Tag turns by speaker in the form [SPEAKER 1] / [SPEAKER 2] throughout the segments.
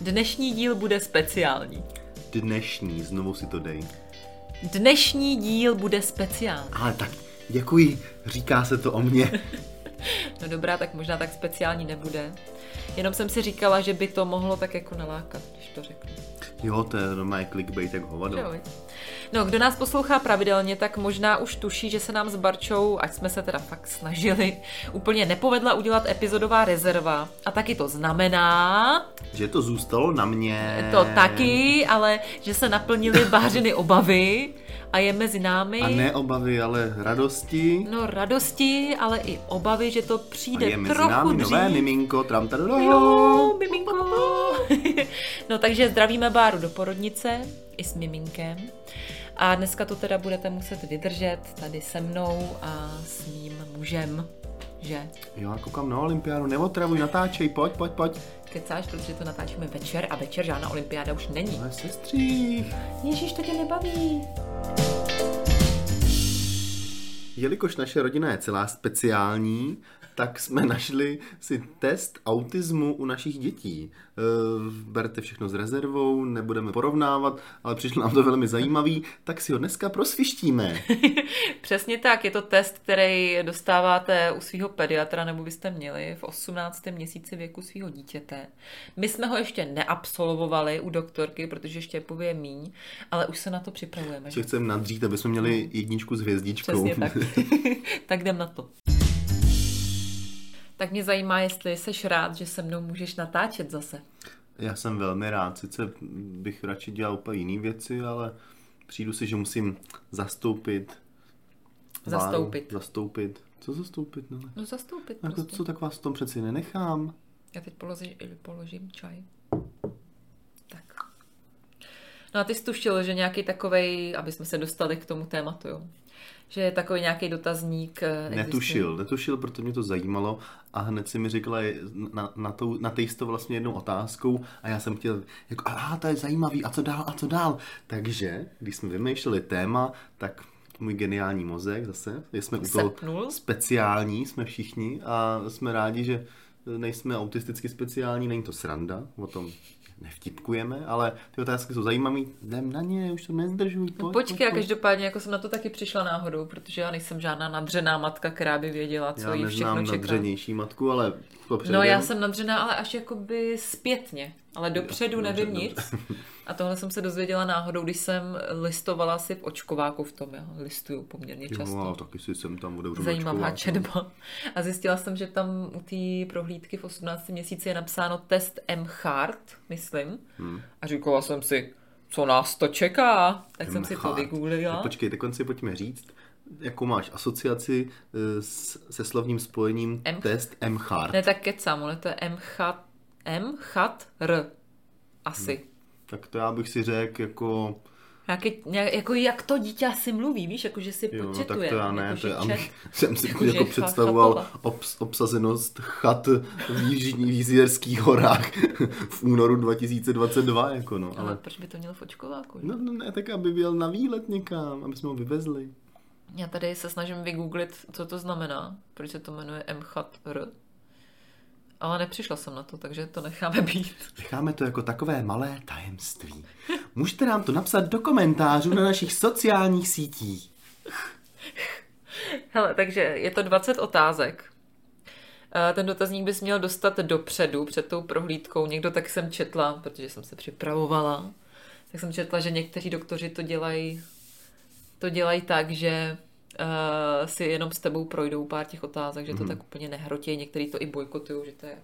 [SPEAKER 1] Dnešní díl bude speciální.
[SPEAKER 2] Dnešní, znovu si to dej.
[SPEAKER 1] Dnešní díl bude speciální.
[SPEAKER 2] Ale tak, děkuji, říká se to o mně.
[SPEAKER 1] No dobrá, tak možná tak speciální nebude. Jenom jsem si říkala, že by to mohlo tak jako nalákat, když to řeknu.
[SPEAKER 2] Jo, to je normálně clickbait jak hovado.
[SPEAKER 1] Jo, viď? No, kdo nás poslouchá pravidelně, tak možná už tuší, že se nám s Barčou, ať jsme se teda fakt snažili, úplně nepovedla udělat epizodová rezerva. A taky to znamená,
[SPEAKER 2] Že to zůstalo na mě.
[SPEAKER 1] To taky, ale že se naplnily vářiny obavy a je mezi námi
[SPEAKER 2] A ne obavy, ale radosti.
[SPEAKER 1] no radosti, ale i obavy, že to
[SPEAKER 2] a
[SPEAKER 1] přijde
[SPEAKER 2] je mezi
[SPEAKER 1] trochu
[SPEAKER 2] námi
[SPEAKER 1] dřív.
[SPEAKER 2] nové miminko, tram tady
[SPEAKER 1] Jo, miminko. No takže zdravíme Báru do porodnice i s miminkem. A dneska to teda budete muset vydržet tady se mnou a s mým mužem, že?
[SPEAKER 2] Jo, já koukám na olympiádu, neotravuj, natáčej, pojď, pojď, pojď.
[SPEAKER 1] Kecáš, protože to natáčíme večer a večer žádná olympiáda už není.
[SPEAKER 2] Ale sestří.
[SPEAKER 1] Ježíš, to tě nebaví.
[SPEAKER 2] Jelikož naše rodina je celá speciální, tak jsme našli si test autismu u našich dětí. Eh, Berte všechno s rezervou, nebudeme porovnávat, ale přišlo nám to velmi zajímavý, tak si ho dneska prosvištíme.
[SPEAKER 1] Přesně tak, je to test, který dostáváte u svého pediatra, nebo byste měli v 18. měsíci věku svého dítěte. My jsme ho ještě neabsolvovali u doktorky, protože štěpově je míň, ale už se na to připravujeme.
[SPEAKER 2] Že chceme nadřít, aby jsme měli jedničku s hvězdičkou.
[SPEAKER 1] Přesně tak. tak jdem na to. Tak mě zajímá, jestli jsi rád, že se mnou můžeš natáčet zase.
[SPEAKER 2] Já jsem velmi rád, sice bych radši dělal úplně jiné věci, ale přijdu si, že musím zastoupit. Váru.
[SPEAKER 1] Zastoupit.
[SPEAKER 2] Zastoupit. Co zastoupit? No,
[SPEAKER 1] No zastoupit
[SPEAKER 2] jako,
[SPEAKER 1] prostě.
[SPEAKER 2] co, tak vás v tom přeci nenechám.
[SPEAKER 1] Já teď položi, položím čaj. Tak. No a ty stušil, že nějaký takovej, aby jsme se dostali k tomu tématu, jo. Že je takový nějaký dotazník. eh, existuje.
[SPEAKER 2] Netušil, netušil, proto mě to zajímalo a hned si mi řekla je- na, na, tou, na tejsto vlastně jednou otázkou a já jsem chtěl, jako, a to je zajímavý, a co dál, a co dál. Takže, když jsme vymýšleli téma, tak můj geniální mozek zase, jsme u toho
[SPEAKER 1] Sepnul.
[SPEAKER 2] speciální, jsme všichni a jsme rádi, že nejsme autisticky speciální, není to sranda, o tom nevtipkujeme, ale ty otázky jsou zajímavé, jdem na ně, už to nezdržuj, pojď,
[SPEAKER 1] Počkej, a každopádně jako jsem na to taky přišla náhodou, protože já nejsem žádná nadřená matka, která by věděla, co
[SPEAKER 2] Já
[SPEAKER 1] jí všechno
[SPEAKER 2] neznám
[SPEAKER 1] čeká.
[SPEAKER 2] nadřenější matku, ale to
[SPEAKER 1] No
[SPEAKER 2] předem.
[SPEAKER 1] já jsem nadřená, ale až jakoby zpětně, ale dopředu
[SPEAKER 2] dobře,
[SPEAKER 1] nevím
[SPEAKER 2] dobře.
[SPEAKER 1] nic. A tohle jsem se dozvěděla náhodou, když jsem listovala si v očkováku v tom, já listuju poměrně často.
[SPEAKER 2] Jo, ale taky si jsem tam odevřu
[SPEAKER 1] zajímavá
[SPEAKER 2] očkovák, no.
[SPEAKER 1] četba. A zjistila jsem, že tam u té prohlídky v 18 měsíci je napsáno test MCHART, myslím. Hmm. A říkala jsem si, co nás to čeká? Tak jsem si to
[SPEAKER 2] Mchát.
[SPEAKER 1] vygooglila.
[SPEAKER 2] Tak No, Počkej, tak konci pojďme říct, jakou máš asociaci eh, s, se slovním spojením
[SPEAKER 1] M-
[SPEAKER 2] test MHART.
[SPEAKER 1] Ne, tak kecám, ale to je MCHAT, MCHAT R. Asi. Hmm.
[SPEAKER 2] Tak to já bych si řekl jako...
[SPEAKER 1] Nějaký, nějak, jako jak to dítě asi mluví, víš, jako že si
[SPEAKER 2] Jo, no,
[SPEAKER 1] početuje.
[SPEAKER 2] tak to já ne,
[SPEAKER 1] jako, že
[SPEAKER 2] to já
[SPEAKER 1] čet-
[SPEAKER 2] bych, jsem si
[SPEAKER 1] Jakože
[SPEAKER 2] jako
[SPEAKER 1] chat-
[SPEAKER 2] představoval
[SPEAKER 1] chatova.
[SPEAKER 2] obs, obsazenost chat v jižních výzvěrských horách v únoru 2022, jako no,
[SPEAKER 1] Ale
[SPEAKER 2] ale...
[SPEAKER 1] proč by to mělo v očkováku? že?
[SPEAKER 2] No, no ne, tak aby byl na výlet někam, aby jsme ho vyvezli.
[SPEAKER 1] Já tady se snažím vygooglit, co to znamená, proč se to jmenuje MHR. Ale nepřišla jsem na to, takže to necháme být.
[SPEAKER 2] Necháme to jako takové malé tajemství. Můžete nám to napsat do komentářů na našich sociálních sítích.
[SPEAKER 1] Hele, takže je to 20 otázek. Eh, Ten dotazník bys měl dostat dopředu, před tou prohlídkou. Někdo tak jsem četla, protože jsem se připravovala, tak jsem četla, že někteří doktoři to dělají to dělají tak, že uh, si jenom s tebou projdou pár těch otázek, že to tak úplně nehrotí. Někteří to i bojkotují, že to je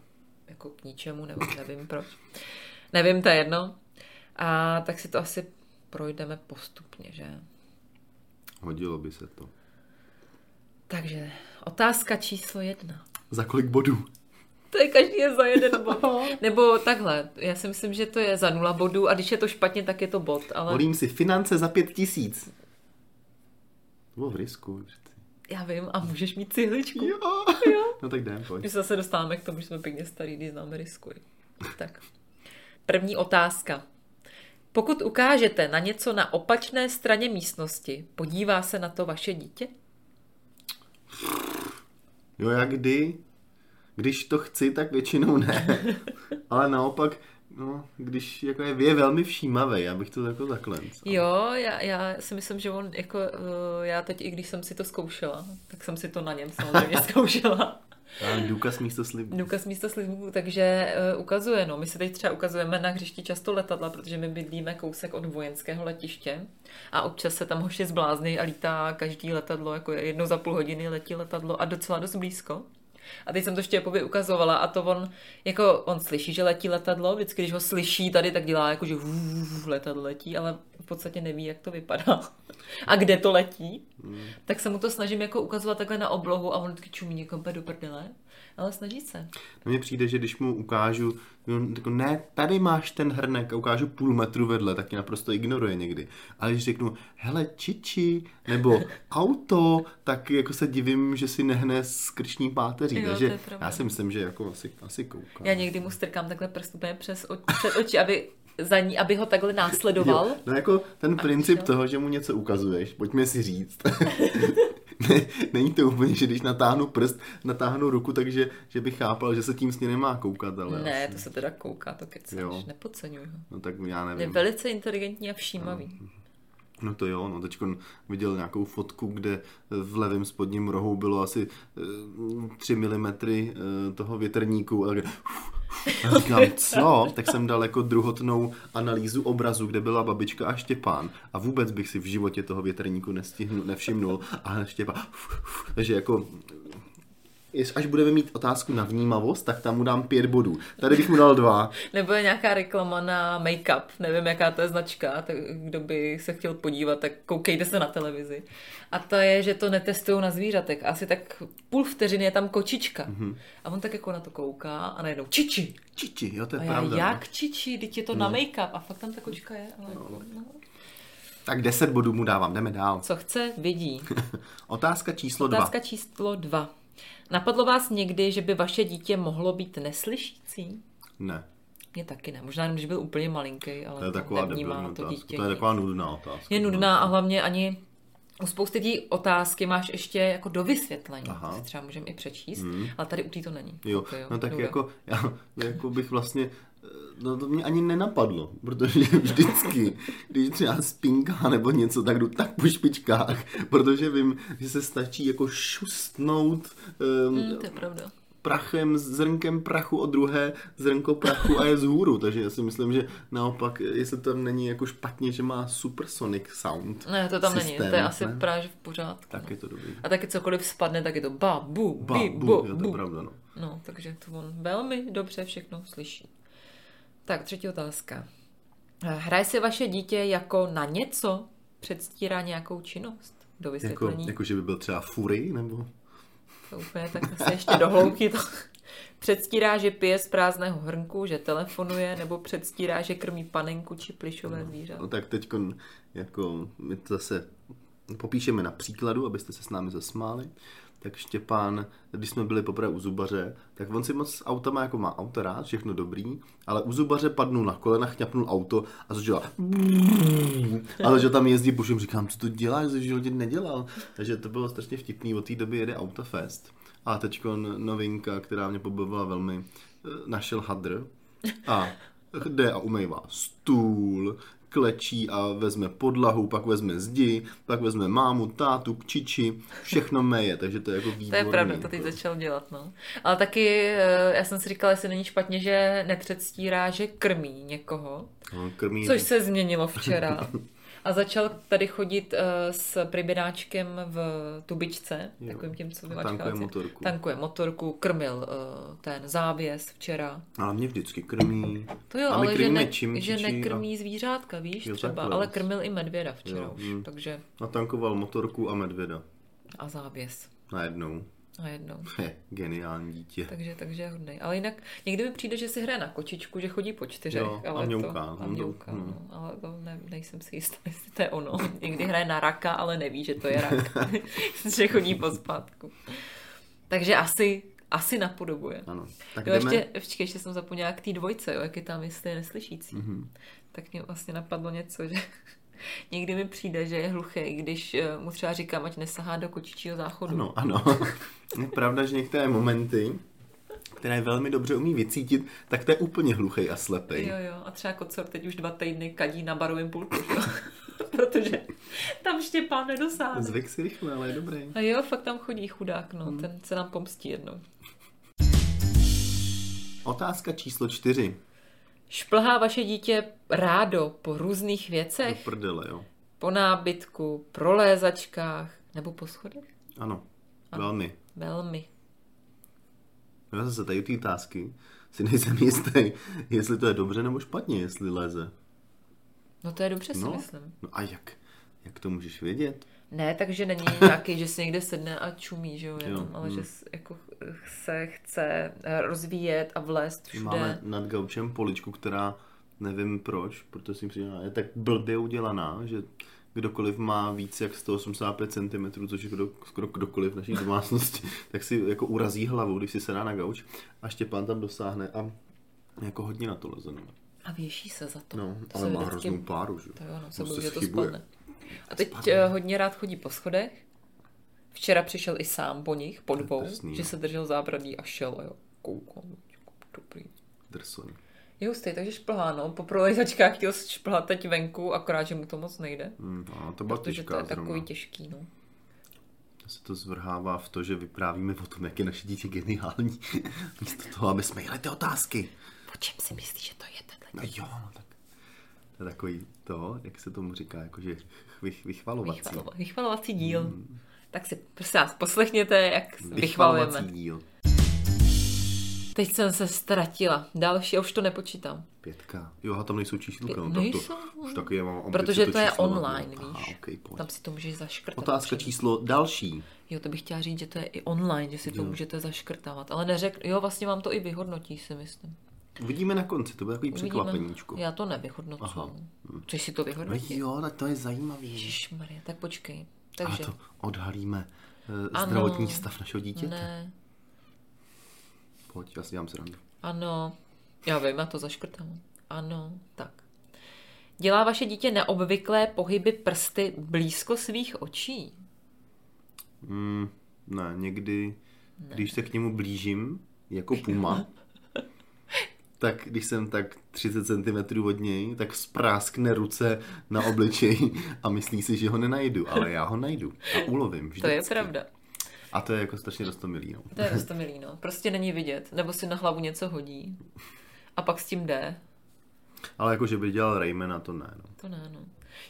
[SPEAKER 1] jako k ničemu, nebo nevím proč. Nevím, to je jedno. A tak si to asi projdeme postupně, že?
[SPEAKER 2] Hodilo by se to.
[SPEAKER 1] Takže otázka číslo jedna.
[SPEAKER 2] Za kolik bodů?
[SPEAKER 1] To je každý je za jeden bod. Nebo takhle, já si myslím, že to je za nula bodů a když je to špatně, tak je to bod, ale
[SPEAKER 2] Volím si finance za pět tisíc. To Bylo v risku. přeci.
[SPEAKER 1] já vím a můžeš mít cihličku.
[SPEAKER 2] Jo. No tak jdem, pojď.
[SPEAKER 1] My se zase dostáváme k tomu, že jsme pěkně starý, když známe riskuj. Tak. První otázka. Pokud ukážete na něco na opačné straně místnosti, podívá se na to vaše dítě?
[SPEAKER 2] Jo, jak kdy? Když to chci, tak většinou ne. Ale naopak, no, když jako je, je velmi všímavý, já bych to jako zaklenc.
[SPEAKER 1] Jo, já, já si myslím, že on jako, eh, já teď i když jsem si to zkoušela, tak jsem si to na něm samozřejmě zkoušela.
[SPEAKER 2] Já mám důkaz místo slibu.
[SPEAKER 1] Důkaz místa slibů, takže uh, ukazuje, no, my se teď třeba ukazujeme na hřišti často letadla, protože my bydlíme kousek od vojenského letiště a občas se tam hoši zblázní a lítá každý letadlo, jako je jednou za půl hodiny letí letadlo a docela dost blízko. A teď jsem to Štěpovi ukazovala a to on, jako on slyší, že letí letadlo, vždycky když ho slyší tady, tak dělá jako, že vův, letadlo letí, ale v podstatě neví, jak to vypadá a kde to letí. Tak se mu to snažím jako ukazovat takhle na oblohu a on vždycky čumí někam úplně do prdele, ale snaží se.
[SPEAKER 2] Mně přijde, že když mu ukážu, no, jako, ne, tady máš ten hrnek a ukážu půl metru vedle, tak mě naprosto ignoruje někdy. Ale když řeknu, hele, čiči, nebo auto, tak jako se divím, že si nehne z krční páteří.
[SPEAKER 1] Jo, to je
[SPEAKER 2] Takže
[SPEAKER 1] pravda.
[SPEAKER 2] já si myslím, že jako asi, asi kouká.
[SPEAKER 1] Já někdy mu strkám takhle prst úplně přes oči, před oči, aby, za ní, aby ho takhle následoval.
[SPEAKER 2] Jo, no jako ten princip
[SPEAKER 1] šel.
[SPEAKER 2] toho, že mu něco ukazuješ, pojďme si říct. ne, není to úplně, že když natáhnu prst, natáhnu ruku, takže že bych chápal, že se tím směrem má koukat, ale
[SPEAKER 1] Ne,
[SPEAKER 2] asi-
[SPEAKER 1] to se teda kouká, to
[SPEAKER 2] Jo.
[SPEAKER 1] kecáš, nepodceňuj ho.
[SPEAKER 2] No tak já
[SPEAKER 1] Je
[SPEAKER 2] nevím.
[SPEAKER 1] velice inteligentní a všímavý.
[SPEAKER 2] No to jo, no teď viděl nějakou fotku, kde v levém spodním rohu bylo asi eh, 3 mm toho větrníku. A tak- a říkám, co? Tak jsem dal jako druhotnou analýzu obrazu, kde byla babička a Štěpán. A vůbec bych si v životě toho větrníku nestihnul, nevšimnul. A Štěpán, takže jako jest- až budeme mít otázku na vnímavost, tak tam mu dám pět bodů. Tady bych mu dal dva.
[SPEAKER 1] Nebo je nějaká reklama na make-up, nevím, jaká to je značka, tak kdo by se chtěl podívat, tak koukejte se na televizi. A to je, že to netestují na zvířatech. Asi tak půl vteřiny je tam kočička.
[SPEAKER 2] Mhm.
[SPEAKER 1] Mm-hmm. A on tak jako na to kouká a najednou čiči.
[SPEAKER 2] Čiči, jo, to je
[SPEAKER 1] A já,
[SPEAKER 2] pravda. no.
[SPEAKER 1] jak čiči, teď je to na make-up. A fakt tam ta kočička je. Ale... No.
[SPEAKER 2] Tak 10 bodů mu dávám, jdeme dál.
[SPEAKER 1] Co chce, vidí.
[SPEAKER 2] Otázka číslo dva.
[SPEAKER 1] Otázka číslo dva. Napadlo vás někdy, že by vaše dítě mohlo být neslyšící?
[SPEAKER 2] Ne,
[SPEAKER 1] Mě taky ne. Možná jenom, když byl úplně malinký, ale
[SPEAKER 2] to je taková
[SPEAKER 1] nevnímá
[SPEAKER 2] debilní
[SPEAKER 1] to
[SPEAKER 2] otázka.
[SPEAKER 1] dítě.
[SPEAKER 2] To je taková nudná otázka.
[SPEAKER 1] Je nudná a hlavně ani u spousty té otázky máš ještě jako do vysvětlení.
[SPEAKER 2] Aha.
[SPEAKER 1] Aha. To si třeba můžeme i přečíst, hmm. ale tady u té to není.
[SPEAKER 2] Jo,
[SPEAKER 1] To
[SPEAKER 2] no tak
[SPEAKER 1] nuda.
[SPEAKER 2] jako, já, jako bych vlastně, eh, no to mě ani nenapadlo, protože vždycky, když třeba spinká nebo něco, tak jdu tak po špičkách, protože vím, že se stačí jako šustnout um,
[SPEAKER 1] Hm, to je pravda.
[SPEAKER 2] prachem, zrnkem prachu o druhé, zrnko prachu a je z hůru, takže já si myslím, že naopak, jestli tam není jako špatně, že má supersonic sound
[SPEAKER 1] Ne, to tam
[SPEAKER 2] systém,
[SPEAKER 1] není. To je asi
[SPEAKER 2] ne?
[SPEAKER 1] právě v pořádku.
[SPEAKER 2] Tak je to dobrý.
[SPEAKER 1] A taky cokoliv spadne, tak je to ba, bu,
[SPEAKER 2] Ba,
[SPEAKER 1] bi,
[SPEAKER 2] bu,
[SPEAKER 1] bo,
[SPEAKER 2] jo, to je
[SPEAKER 1] bu.
[SPEAKER 2] pravda, no.
[SPEAKER 1] No, takže to on velmi dobře všechno slyší. Tak, třetí otázka. Eh, Hraje se vaše dítě jako na něco? Předstírá nějakou činnost? Do
[SPEAKER 2] Jako,
[SPEAKER 1] vysvětlení? Jako,
[SPEAKER 2] jako, že by byl třeba fury, nebo?
[SPEAKER 1] jako... To úplně tak se ještě dohloubky to... Předstírá, že pije z prázdného hrnku, že telefonuje, nebo předstírá, že krmí panenku či plišové zvíře.
[SPEAKER 2] No tak teď jako my to zase popíšeme na příkladu, abyste se s námi zasmáli. Tak Štěpán, když jsme byli poprvé u zubaře, tak on si moc auta má, jako má auta rád, všechno dobrý, ale u zubaře padnul na kolena, chňapnul auto a začal a začal Mm. tam jezdí bušem, říkám, co to děláš, jsi v životě nedělal. Takže to bylo strašně vtipný, od té doby jede Autofest. A teď novinka, která mě pobavila velmi, eh, našel hadr a jde a umývá stůl, klečí a vezme podlahu, pak vezme zdi, pak vezme mámu, tátu, čiči, všechno meje, takže to je jako výborný.
[SPEAKER 1] To je pravda, to teď začal dělat, no. Ale taky, eh, já jsem si říkala, jestli není špatně, že nepředstírá, že krmí někoho.
[SPEAKER 2] No, krmí,
[SPEAKER 1] Což se změnilo včera. A začal tady chodit uh, s pribináčkem v tubičce,
[SPEAKER 2] Jo.
[SPEAKER 1] jo. takovým tím, co
[SPEAKER 2] A
[SPEAKER 1] vymačkávací.
[SPEAKER 2] tankuje motorku.
[SPEAKER 1] Tankuje motorku, krmil uh, ten závěs včera.
[SPEAKER 2] Ale mě vždycky krmí.
[SPEAKER 1] To jo,
[SPEAKER 2] a my
[SPEAKER 1] ale že,
[SPEAKER 2] krmíme
[SPEAKER 1] ne,
[SPEAKER 2] čim,
[SPEAKER 1] že
[SPEAKER 2] čiči
[SPEAKER 1] nekrmí zvířátka, víš,
[SPEAKER 2] Jo,
[SPEAKER 1] jo, třeba,
[SPEAKER 2] takhle.
[SPEAKER 1] ale krmil i medvěda včera
[SPEAKER 2] Jo,
[SPEAKER 1] jo. už,
[SPEAKER 2] mm.
[SPEAKER 1] takže
[SPEAKER 2] A, a tankoval motorku a medvěda.
[SPEAKER 1] a závěs.
[SPEAKER 2] Najednou.
[SPEAKER 1] a jednou.
[SPEAKER 2] Je, geniální dítě.
[SPEAKER 1] Takže, takže je hodnej. Ale jinak někdy mi přijde, že si hraje na kočičku, že chodí po čtyřech.
[SPEAKER 2] Jo, a
[SPEAKER 1] ale
[SPEAKER 2] mňouká.
[SPEAKER 1] To, a
[SPEAKER 2] Hm,
[SPEAKER 1] mňouká
[SPEAKER 2] hm.
[SPEAKER 1] no. Ale to ne, nejsem si jistá, jestli to je ono. Někdy hraje na raka, ale neví, že to je rak. že chodí po spátku. Takže asi, asi napodobuje.
[SPEAKER 2] Ano. No, Tak
[SPEAKER 1] jo,
[SPEAKER 2] jdeme,
[SPEAKER 1] ještě, ještě, ještě jsem zapomněla k té dvojce, jo, jak je tam, jestli je neslyšící.
[SPEAKER 2] Mhm.
[SPEAKER 1] Mm-hmm. Tak mě vlastně napadlo něco, že někdy mi přijde, že je hluchý, když eh, mu třeba říkám, ať nesahá do kočičího záchodu.
[SPEAKER 2] Ano, ano. Je pravda, že některé momenty, které velmi dobře umí vycítit, tak to je úplně hluchý a slepý.
[SPEAKER 1] Jo, jo, a třeba Kocor teď už dva týdny kadí na barovém pulku, jo. protože tam Štěpán nedosáhne.
[SPEAKER 2] Zvyk si rychle, ale je dobrý.
[SPEAKER 1] A jo, fakt tam chodí chudák, no, hmm. ten se nám pomstí jednou.
[SPEAKER 2] Otázka číslo čtyři.
[SPEAKER 1] Šplhá vaše dítě rádo po různých
[SPEAKER 2] Do
[SPEAKER 1] věcech,
[SPEAKER 2] prdele, jo.
[SPEAKER 1] po nábytku, prolézačkách nebo po schodech?
[SPEAKER 2] Ano, velmi.
[SPEAKER 1] Velmi.
[SPEAKER 2] Já zase tady ty otázky si nejsem jistý, jestli to je dobře nebo špatně, jestli leze.
[SPEAKER 1] No to je dobře, si
[SPEAKER 2] No,
[SPEAKER 1] myslím.
[SPEAKER 2] no a jak? Jak to můžeš vědět?
[SPEAKER 1] Ne, takže není nějaký, že si někde sedne a čumí, že jo, jenom, ale
[SPEAKER 2] hmm.
[SPEAKER 1] že s- jako ch- se chce eh, rozvíjet a vlézt všude.
[SPEAKER 2] Máme nad gaučem poličku, která nevím proč, protože si přijde, je tak blbě udělaná, že kdokoliv má víc jak 185 cm, což je kdo, skoro kdokoliv v naší domácnosti, tak si jako urazí hlavu, když si sedá na gauč a Štěpán tam dosáhne a jako hodně na to leze. No,
[SPEAKER 1] A věší se za to.
[SPEAKER 2] no
[SPEAKER 1] To
[SPEAKER 2] ale
[SPEAKER 1] se
[SPEAKER 2] má
[SPEAKER 1] vždycky-
[SPEAKER 2] hroznou páru, že? Prostě
[SPEAKER 1] To jo, no, se
[SPEAKER 2] Moc
[SPEAKER 1] bojí, že to
[SPEAKER 2] schybuje.
[SPEAKER 1] spadne. A teď spadne. hodně rád chodí po schodech. Včera přišel i sám po nich, po dvou,
[SPEAKER 2] drsný.
[SPEAKER 1] že se držel zábradlí a šel, jo. Koukám, jako, dobrý.
[SPEAKER 2] Drsoň.
[SPEAKER 1] Jo, stej, takže šplhá, no. Po prolejzačkách chtěl šplhat teď venku, akorát, že mu to moc nejde.
[SPEAKER 2] Hmm, no, to byla
[SPEAKER 1] Protože to je
[SPEAKER 2] těžká
[SPEAKER 1] takový
[SPEAKER 2] zrovna.
[SPEAKER 1] těžký, no.
[SPEAKER 2] se to zvrhává v to, že vyprávíme o tom, jak je naše dítě geniální. Místo toho, aby jsme jeli ty otázky.
[SPEAKER 3] O čem si myslíš, že to je tenhle?
[SPEAKER 2] No jo, no tak. To je takový to, jak se tomu říká, jakože vych, vychvalovací. Hmm.
[SPEAKER 1] Vychvalova- Vychvalovací díl. Tak si prosím vás, poslechněte, jak vychvalujeme.
[SPEAKER 2] Vychvalovací díl.
[SPEAKER 1] Teď jsem se ztratila. Další, já už to nepočítám.
[SPEAKER 2] Pětka. Jo, a tam nejsou čísílka. No,
[SPEAKER 1] Nejsou.
[SPEAKER 2] Tak to, už taky já mám ambici
[SPEAKER 1] Protože to je
[SPEAKER 2] číslo na-
[SPEAKER 1] online,
[SPEAKER 2] Aha,
[SPEAKER 1] víš.
[SPEAKER 2] Okay, pojď.
[SPEAKER 1] Tam si to můžeš zaškrtat.
[SPEAKER 2] Otázka
[SPEAKER 1] dopředu.
[SPEAKER 2] číslo další.
[SPEAKER 1] Jo, to bych chtěla říct, že to je i online, že si to můžete zaškrtávat. Ale neřek, jo, vlastně vám to i vyhodnotí, si myslím.
[SPEAKER 2] Uvidíme na konci, to bude takový
[SPEAKER 1] Uvidíme.
[SPEAKER 2] překvapeníčko.
[SPEAKER 1] Já to nevyhodnocuju. Chceš si to
[SPEAKER 2] No
[SPEAKER 1] vyhodnotit?
[SPEAKER 2] jo, tak to je zajímavý.
[SPEAKER 1] Ježišmarja, tak počkej.
[SPEAKER 2] A
[SPEAKER 1] Takže,
[SPEAKER 2] to odhalíme eh,
[SPEAKER 1] Ano.
[SPEAKER 2] zdravotní stav našeho dítěte.
[SPEAKER 1] ne,
[SPEAKER 2] Pojď, já si dělám srandu.
[SPEAKER 1] ano, já vím, já to zaškrtám. Ano, tak. Dělá vaše dítě neobvyklé pohyby prsty blízko svých očí?
[SPEAKER 2] Mm, ne, někdy, ne. když se k němu blížím, jako puma, tak když jsem tak 30 cm od něj, tak spráskne ruce na obličej a myslí si, že ho nenajdu, ale já ho najdu a ulovím
[SPEAKER 1] To je
[SPEAKER 2] vždycky.
[SPEAKER 1] pravda.
[SPEAKER 2] A to je jako strašně dostomilý, no.
[SPEAKER 1] To je rostomilý, no. Prostě není vidět. Nebo si na hlavu něco hodí. A pak s tím jde.
[SPEAKER 2] Ale jako, že by dělal Raymana, to ne, no.
[SPEAKER 1] To ne, no.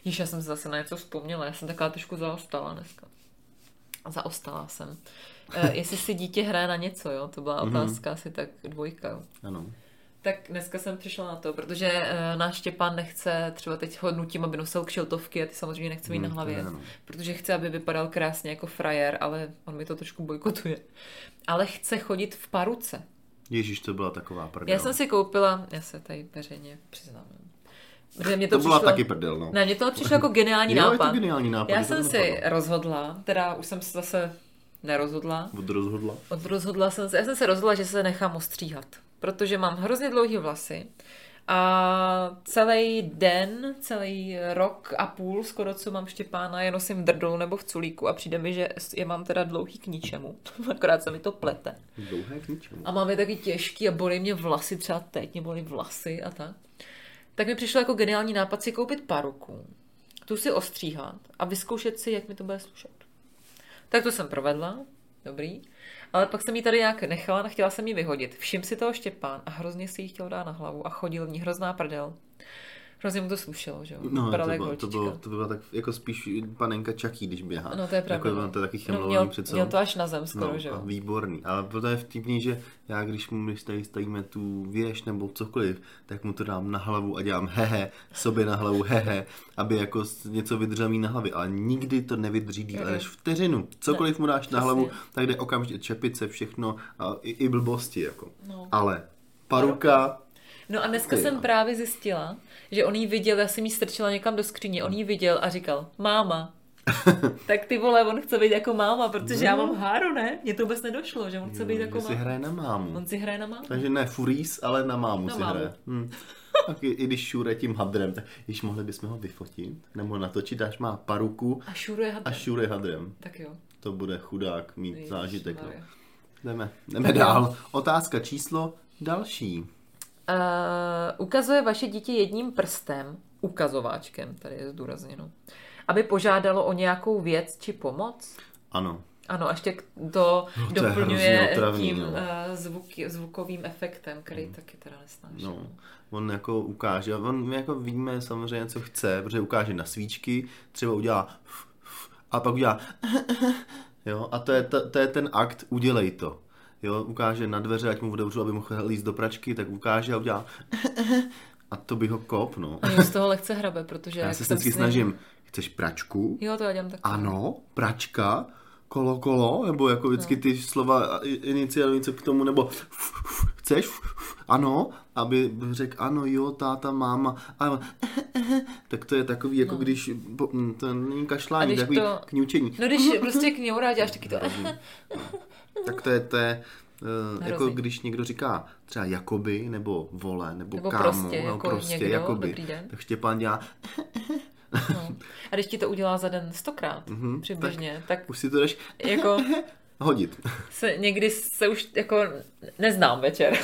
[SPEAKER 1] Již já jsem se zase na něco vzpomněla, já jsem taková trošku zaostala dneska. Zaostala jsem. E, jestli si dítě hraje na něco, jo, to byla otázka asi tak dvojka, jo.
[SPEAKER 2] Ano.
[SPEAKER 1] Tak dneska jsem přišla na to, protože e, náš Štěpán nechce, třeba teď ho nutím, aby nosil kšiltovky a ty samozřejmě nechce mít
[SPEAKER 2] Hmm,
[SPEAKER 1] na
[SPEAKER 2] to
[SPEAKER 1] hlavě,
[SPEAKER 2] ne, no.
[SPEAKER 1] protože chce, aby vypadal krásně jako frajer, ale on mi to trošku bojkotuje. Ale chce chodit v paruce.
[SPEAKER 2] Ježíš, to byla taková prdel.
[SPEAKER 1] Já jsem si koupila, já se tady veřejně přiznám. Protože mě to,
[SPEAKER 2] To byla
[SPEAKER 1] přišlo...
[SPEAKER 2] taky prdel, no.
[SPEAKER 1] Ne, mně to přišlo jako geniální
[SPEAKER 2] Jo, je to
[SPEAKER 1] nápad.
[SPEAKER 2] geniální nápad,
[SPEAKER 1] Já
[SPEAKER 2] to
[SPEAKER 1] jsem
[SPEAKER 2] mi
[SPEAKER 1] si
[SPEAKER 2] napadlo.
[SPEAKER 1] rozhodla, teda už jsem se zase nerozhodla.
[SPEAKER 2] Odrozhodla.
[SPEAKER 1] Odrozhodla jsem se, já jsem se rozhodla, že se nechám ostříhat, protože mám hrozně dlouhé vlasy a celý den, celý rok a půl, skoro co mám Štěpána, je nosím v drdou nebo v culíku a přijde mi, že je mám teda dlouhý k ničemu, akorát se mi to plete.
[SPEAKER 2] Dlouhé k ničemu.
[SPEAKER 1] A mám je taky těžký a bolí mě vlasy, třeba teď mě bolí vlasy a tak. Tak mi přišlo jako geniální nápad si koupit paruku, tu si ostříhat a vyzkoušet si, jak mi to bude slušet. Tak to jsem provedla, dobrý. Ale pak jsem ji tady nějak nechala a chtěla jsem ji vyhodit. Všim si toho Štěpán a hrozně si ji chtěl dát na hlavu a chodil v ní hrozná prdel. Hrozně mu to slušelo, že jo?
[SPEAKER 2] No,
[SPEAKER 1] Vypadala
[SPEAKER 2] to,
[SPEAKER 1] jako
[SPEAKER 2] bylo, to,
[SPEAKER 1] holčička.
[SPEAKER 2] bylo, to bylo tak jako spíš panenka Čaký, když běhá.
[SPEAKER 1] No to je pravda.
[SPEAKER 2] Jako, to je taky
[SPEAKER 1] no,
[SPEAKER 2] chemlovaný
[SPEAKER 1] měl,
[SPEAKER 2] přece.
[SPEAKER 1] měl to až na zem skoro, no, že
[SPEAKER 2] a
[SPEAKER 1] jo?
[SPEAKER 2] výborný. Ale proto je vtipný, že já, když mu když tady stavíme tu věž nebo cokoliv, tak mu to dám na hlavu a dělám hehe, sobě na hlavu hehe, aby jako s- něco vydržel mít na hlavě. Ale nikdy to nevydrží díl,
[SPEAKER 1] Mhm.
[SPEAKER 2] než vteřinu. Cokoliv mu dáš na hlavu, tak jde okamžitě čepice, všechno a i, i blbosti. Jako.
[SPEAKER 1] No.
[SPEAKER 2] Ale paruka,
[SPEAKER 1] No a dneska
[SPEAKER 2] Ty
[SPEAKER 1] jsem
[SPEAKER 2] jo.
[SPEAKER 1] právě zjistila, že on jí viděl, já jsem jí strčila někam do skříně, on jí viděl a říkal, máma. tak ty vole, on chce být jako máma, protože já mám háro, ne? Mně to vůbec nedošlo, že on chce být jako
[SPEAKER 2] že No. si
[SPEAKER 1] máma.
[SPEAKER 2] hraje na mámu.
[SPEAKER 1] On si hraje na mámu.
[SPEAKER 2] Takže ne furies, ale na mámu
[SPEAKER 1] Na
[SPEAKER 2] si
[SPEAKER 1] mámu.
[SPEAKER 2] hraje. Hm. Tak i, i když šure tím hadrem, tak již mohli bychom ho vyfotit, nebo natočit, až má paruku
[SPEAKER 1] A šuruje hadr.
[SPEAKER 2] a šure hadrem.
[SPEAKER 1] Tak jo.
[SPEAKER 2] To bude chudák mít
[SPEAKER 1] Ježišmarja.
[SPEAKER 2] zážitek. No. Jdeme, jdeme dál. Otázka číslo další.
[SPEAKER 1] Uh, ukazuje vaše dítě jedním prstem, ukazováčkem, tady je zdůrazněno, aby požádalo o nějakou věc či pomoc.
[SPEAKER 2] Ano.
[SPEAKER 1] Ano, a ještě k- to no,
[SPEAKER 2] to je
[SPEAKER 1] doplňuje
[SPEAKER 2] hrozně otravný,
[SPEAKER 1] tím
[SPEAKER 2] no. Hmm.
[SPEAKER 1] uh, zvuky, zvukovým efektem, který mm. taky teda nesnáším.
[SPEAKER 2] No, on jako ukáže, on my jako víme samozřejmě, co chce, protože ukáže na svíčky, třeba udělá f, f, a pak udělá jo, a to je, to, to je ten akt, udělej to. Jo, ukáže na dveře, ať mu otevřu, aby mohl líst do pračky, tak ukáže a udělá a to bych ho kop, no.
[SPEAKER 1] A mě z toho lehce hrabe, protože...
[SPEAKER 2] Já
[SPEAKER 1] jak
[SPEAKER 2] se
[SPEAKER 1] jsem
[SPEAKER 2] vždycky
[SPEAKER 1] si-
[SPEAKER 2] snažím, chceš pračku?
[SPEAKER 1] Jo, to já dělám tak.
[SPEAKER 2] ano, pračka, kolo, kolo, nebo jako vždycky ty slova i- iniciály něco k tomu, nebo f, f, chceš, f, f, ano, aby řekl ano, jo, táta, máma, a tak to je takový, jako no. když, po- m, to není
[SPEAKER 1] A
[SPEAKER 2] kašlání,
[SPEAKER 1] když
[SPEAKER 2] takový to...
[SPEAKER 1] to-
[SPEAKER 2] kňučení,
[SPEAKER 1] No když prostě k němu děláš taky to...
[SPEAKER 2] tak to je, to je Uh, jako
[SPEAKER 1] Hrozný.
[SPEAKER 2] když někdo říká třeba jakoby, nebo vole, nebo,
[SPEAKER 1] Nebo
[SPEAKER 2] kámo,
[SPEAKER 1] prostě,
[SPEAKER 2] nebo
[SPEAKER 1] jako
[SPEAKER 2] prostě
[SPEAKER 1] někdo,
[SPEAKER 2] jakoby,
[SPEAKER 1] dobrý den.
[SPEAKER 2] tak Štěpán dělá,
[SPEAKER 1] No. A když ti to udělá za den stokrát mm-hmm, přibližně, tak,
[SPEAKER 2] Mhm, už si to jdeš
[SPEAKER 1] tak jako
[SPEAKER 2] hodit.
[SPEAKER 1] se, někdy se už jako neznám večer.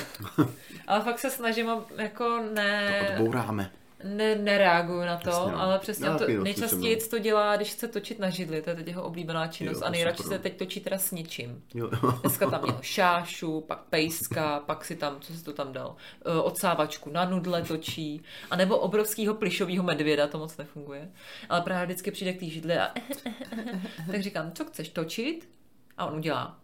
[SPEAKER 1] Ale fakt se snažím, ab- jako ne...
[SPEAKER 2] Odbouráme.
[SPEAKER 1] ne, nereaguju na to,
[SPEAKER 2] Jasně, no.
[SPEAKER 1] ale přesně
[SPEAKER 2] Já
[SPEAKER 1] to,
[SPEAKER 2] taky rozslyším,
[SPEAKER 1] nejčastěji
[SPEAKER 2] no.
[SPEAKER 1] to dělá, když chce točit na židli, to je teď jeho oblíbená
[SPEAKER 2] Jo,
[SPEAKER 1] činnost
[SPEAKER 2] to
[SPEAKER 1] a nejradši
[SPEAKER 2] super,
[SPEAKER 1] se
[SPEAKER 2] no.
[SPEAKER 1] teď točí teda s ničím.
[SPEAKER 2] Jo.
[SPEAKER 1] Dneska tam měl šášu, pak pejska, pak si tam, co si to tam dal, eh, odsávačku na nudle točí, anebo obrovského plišového medvěda, to moc nefunguje. Ale právě vždycky přijde k té židli a tak říkám, co chceš točit? A on udělá,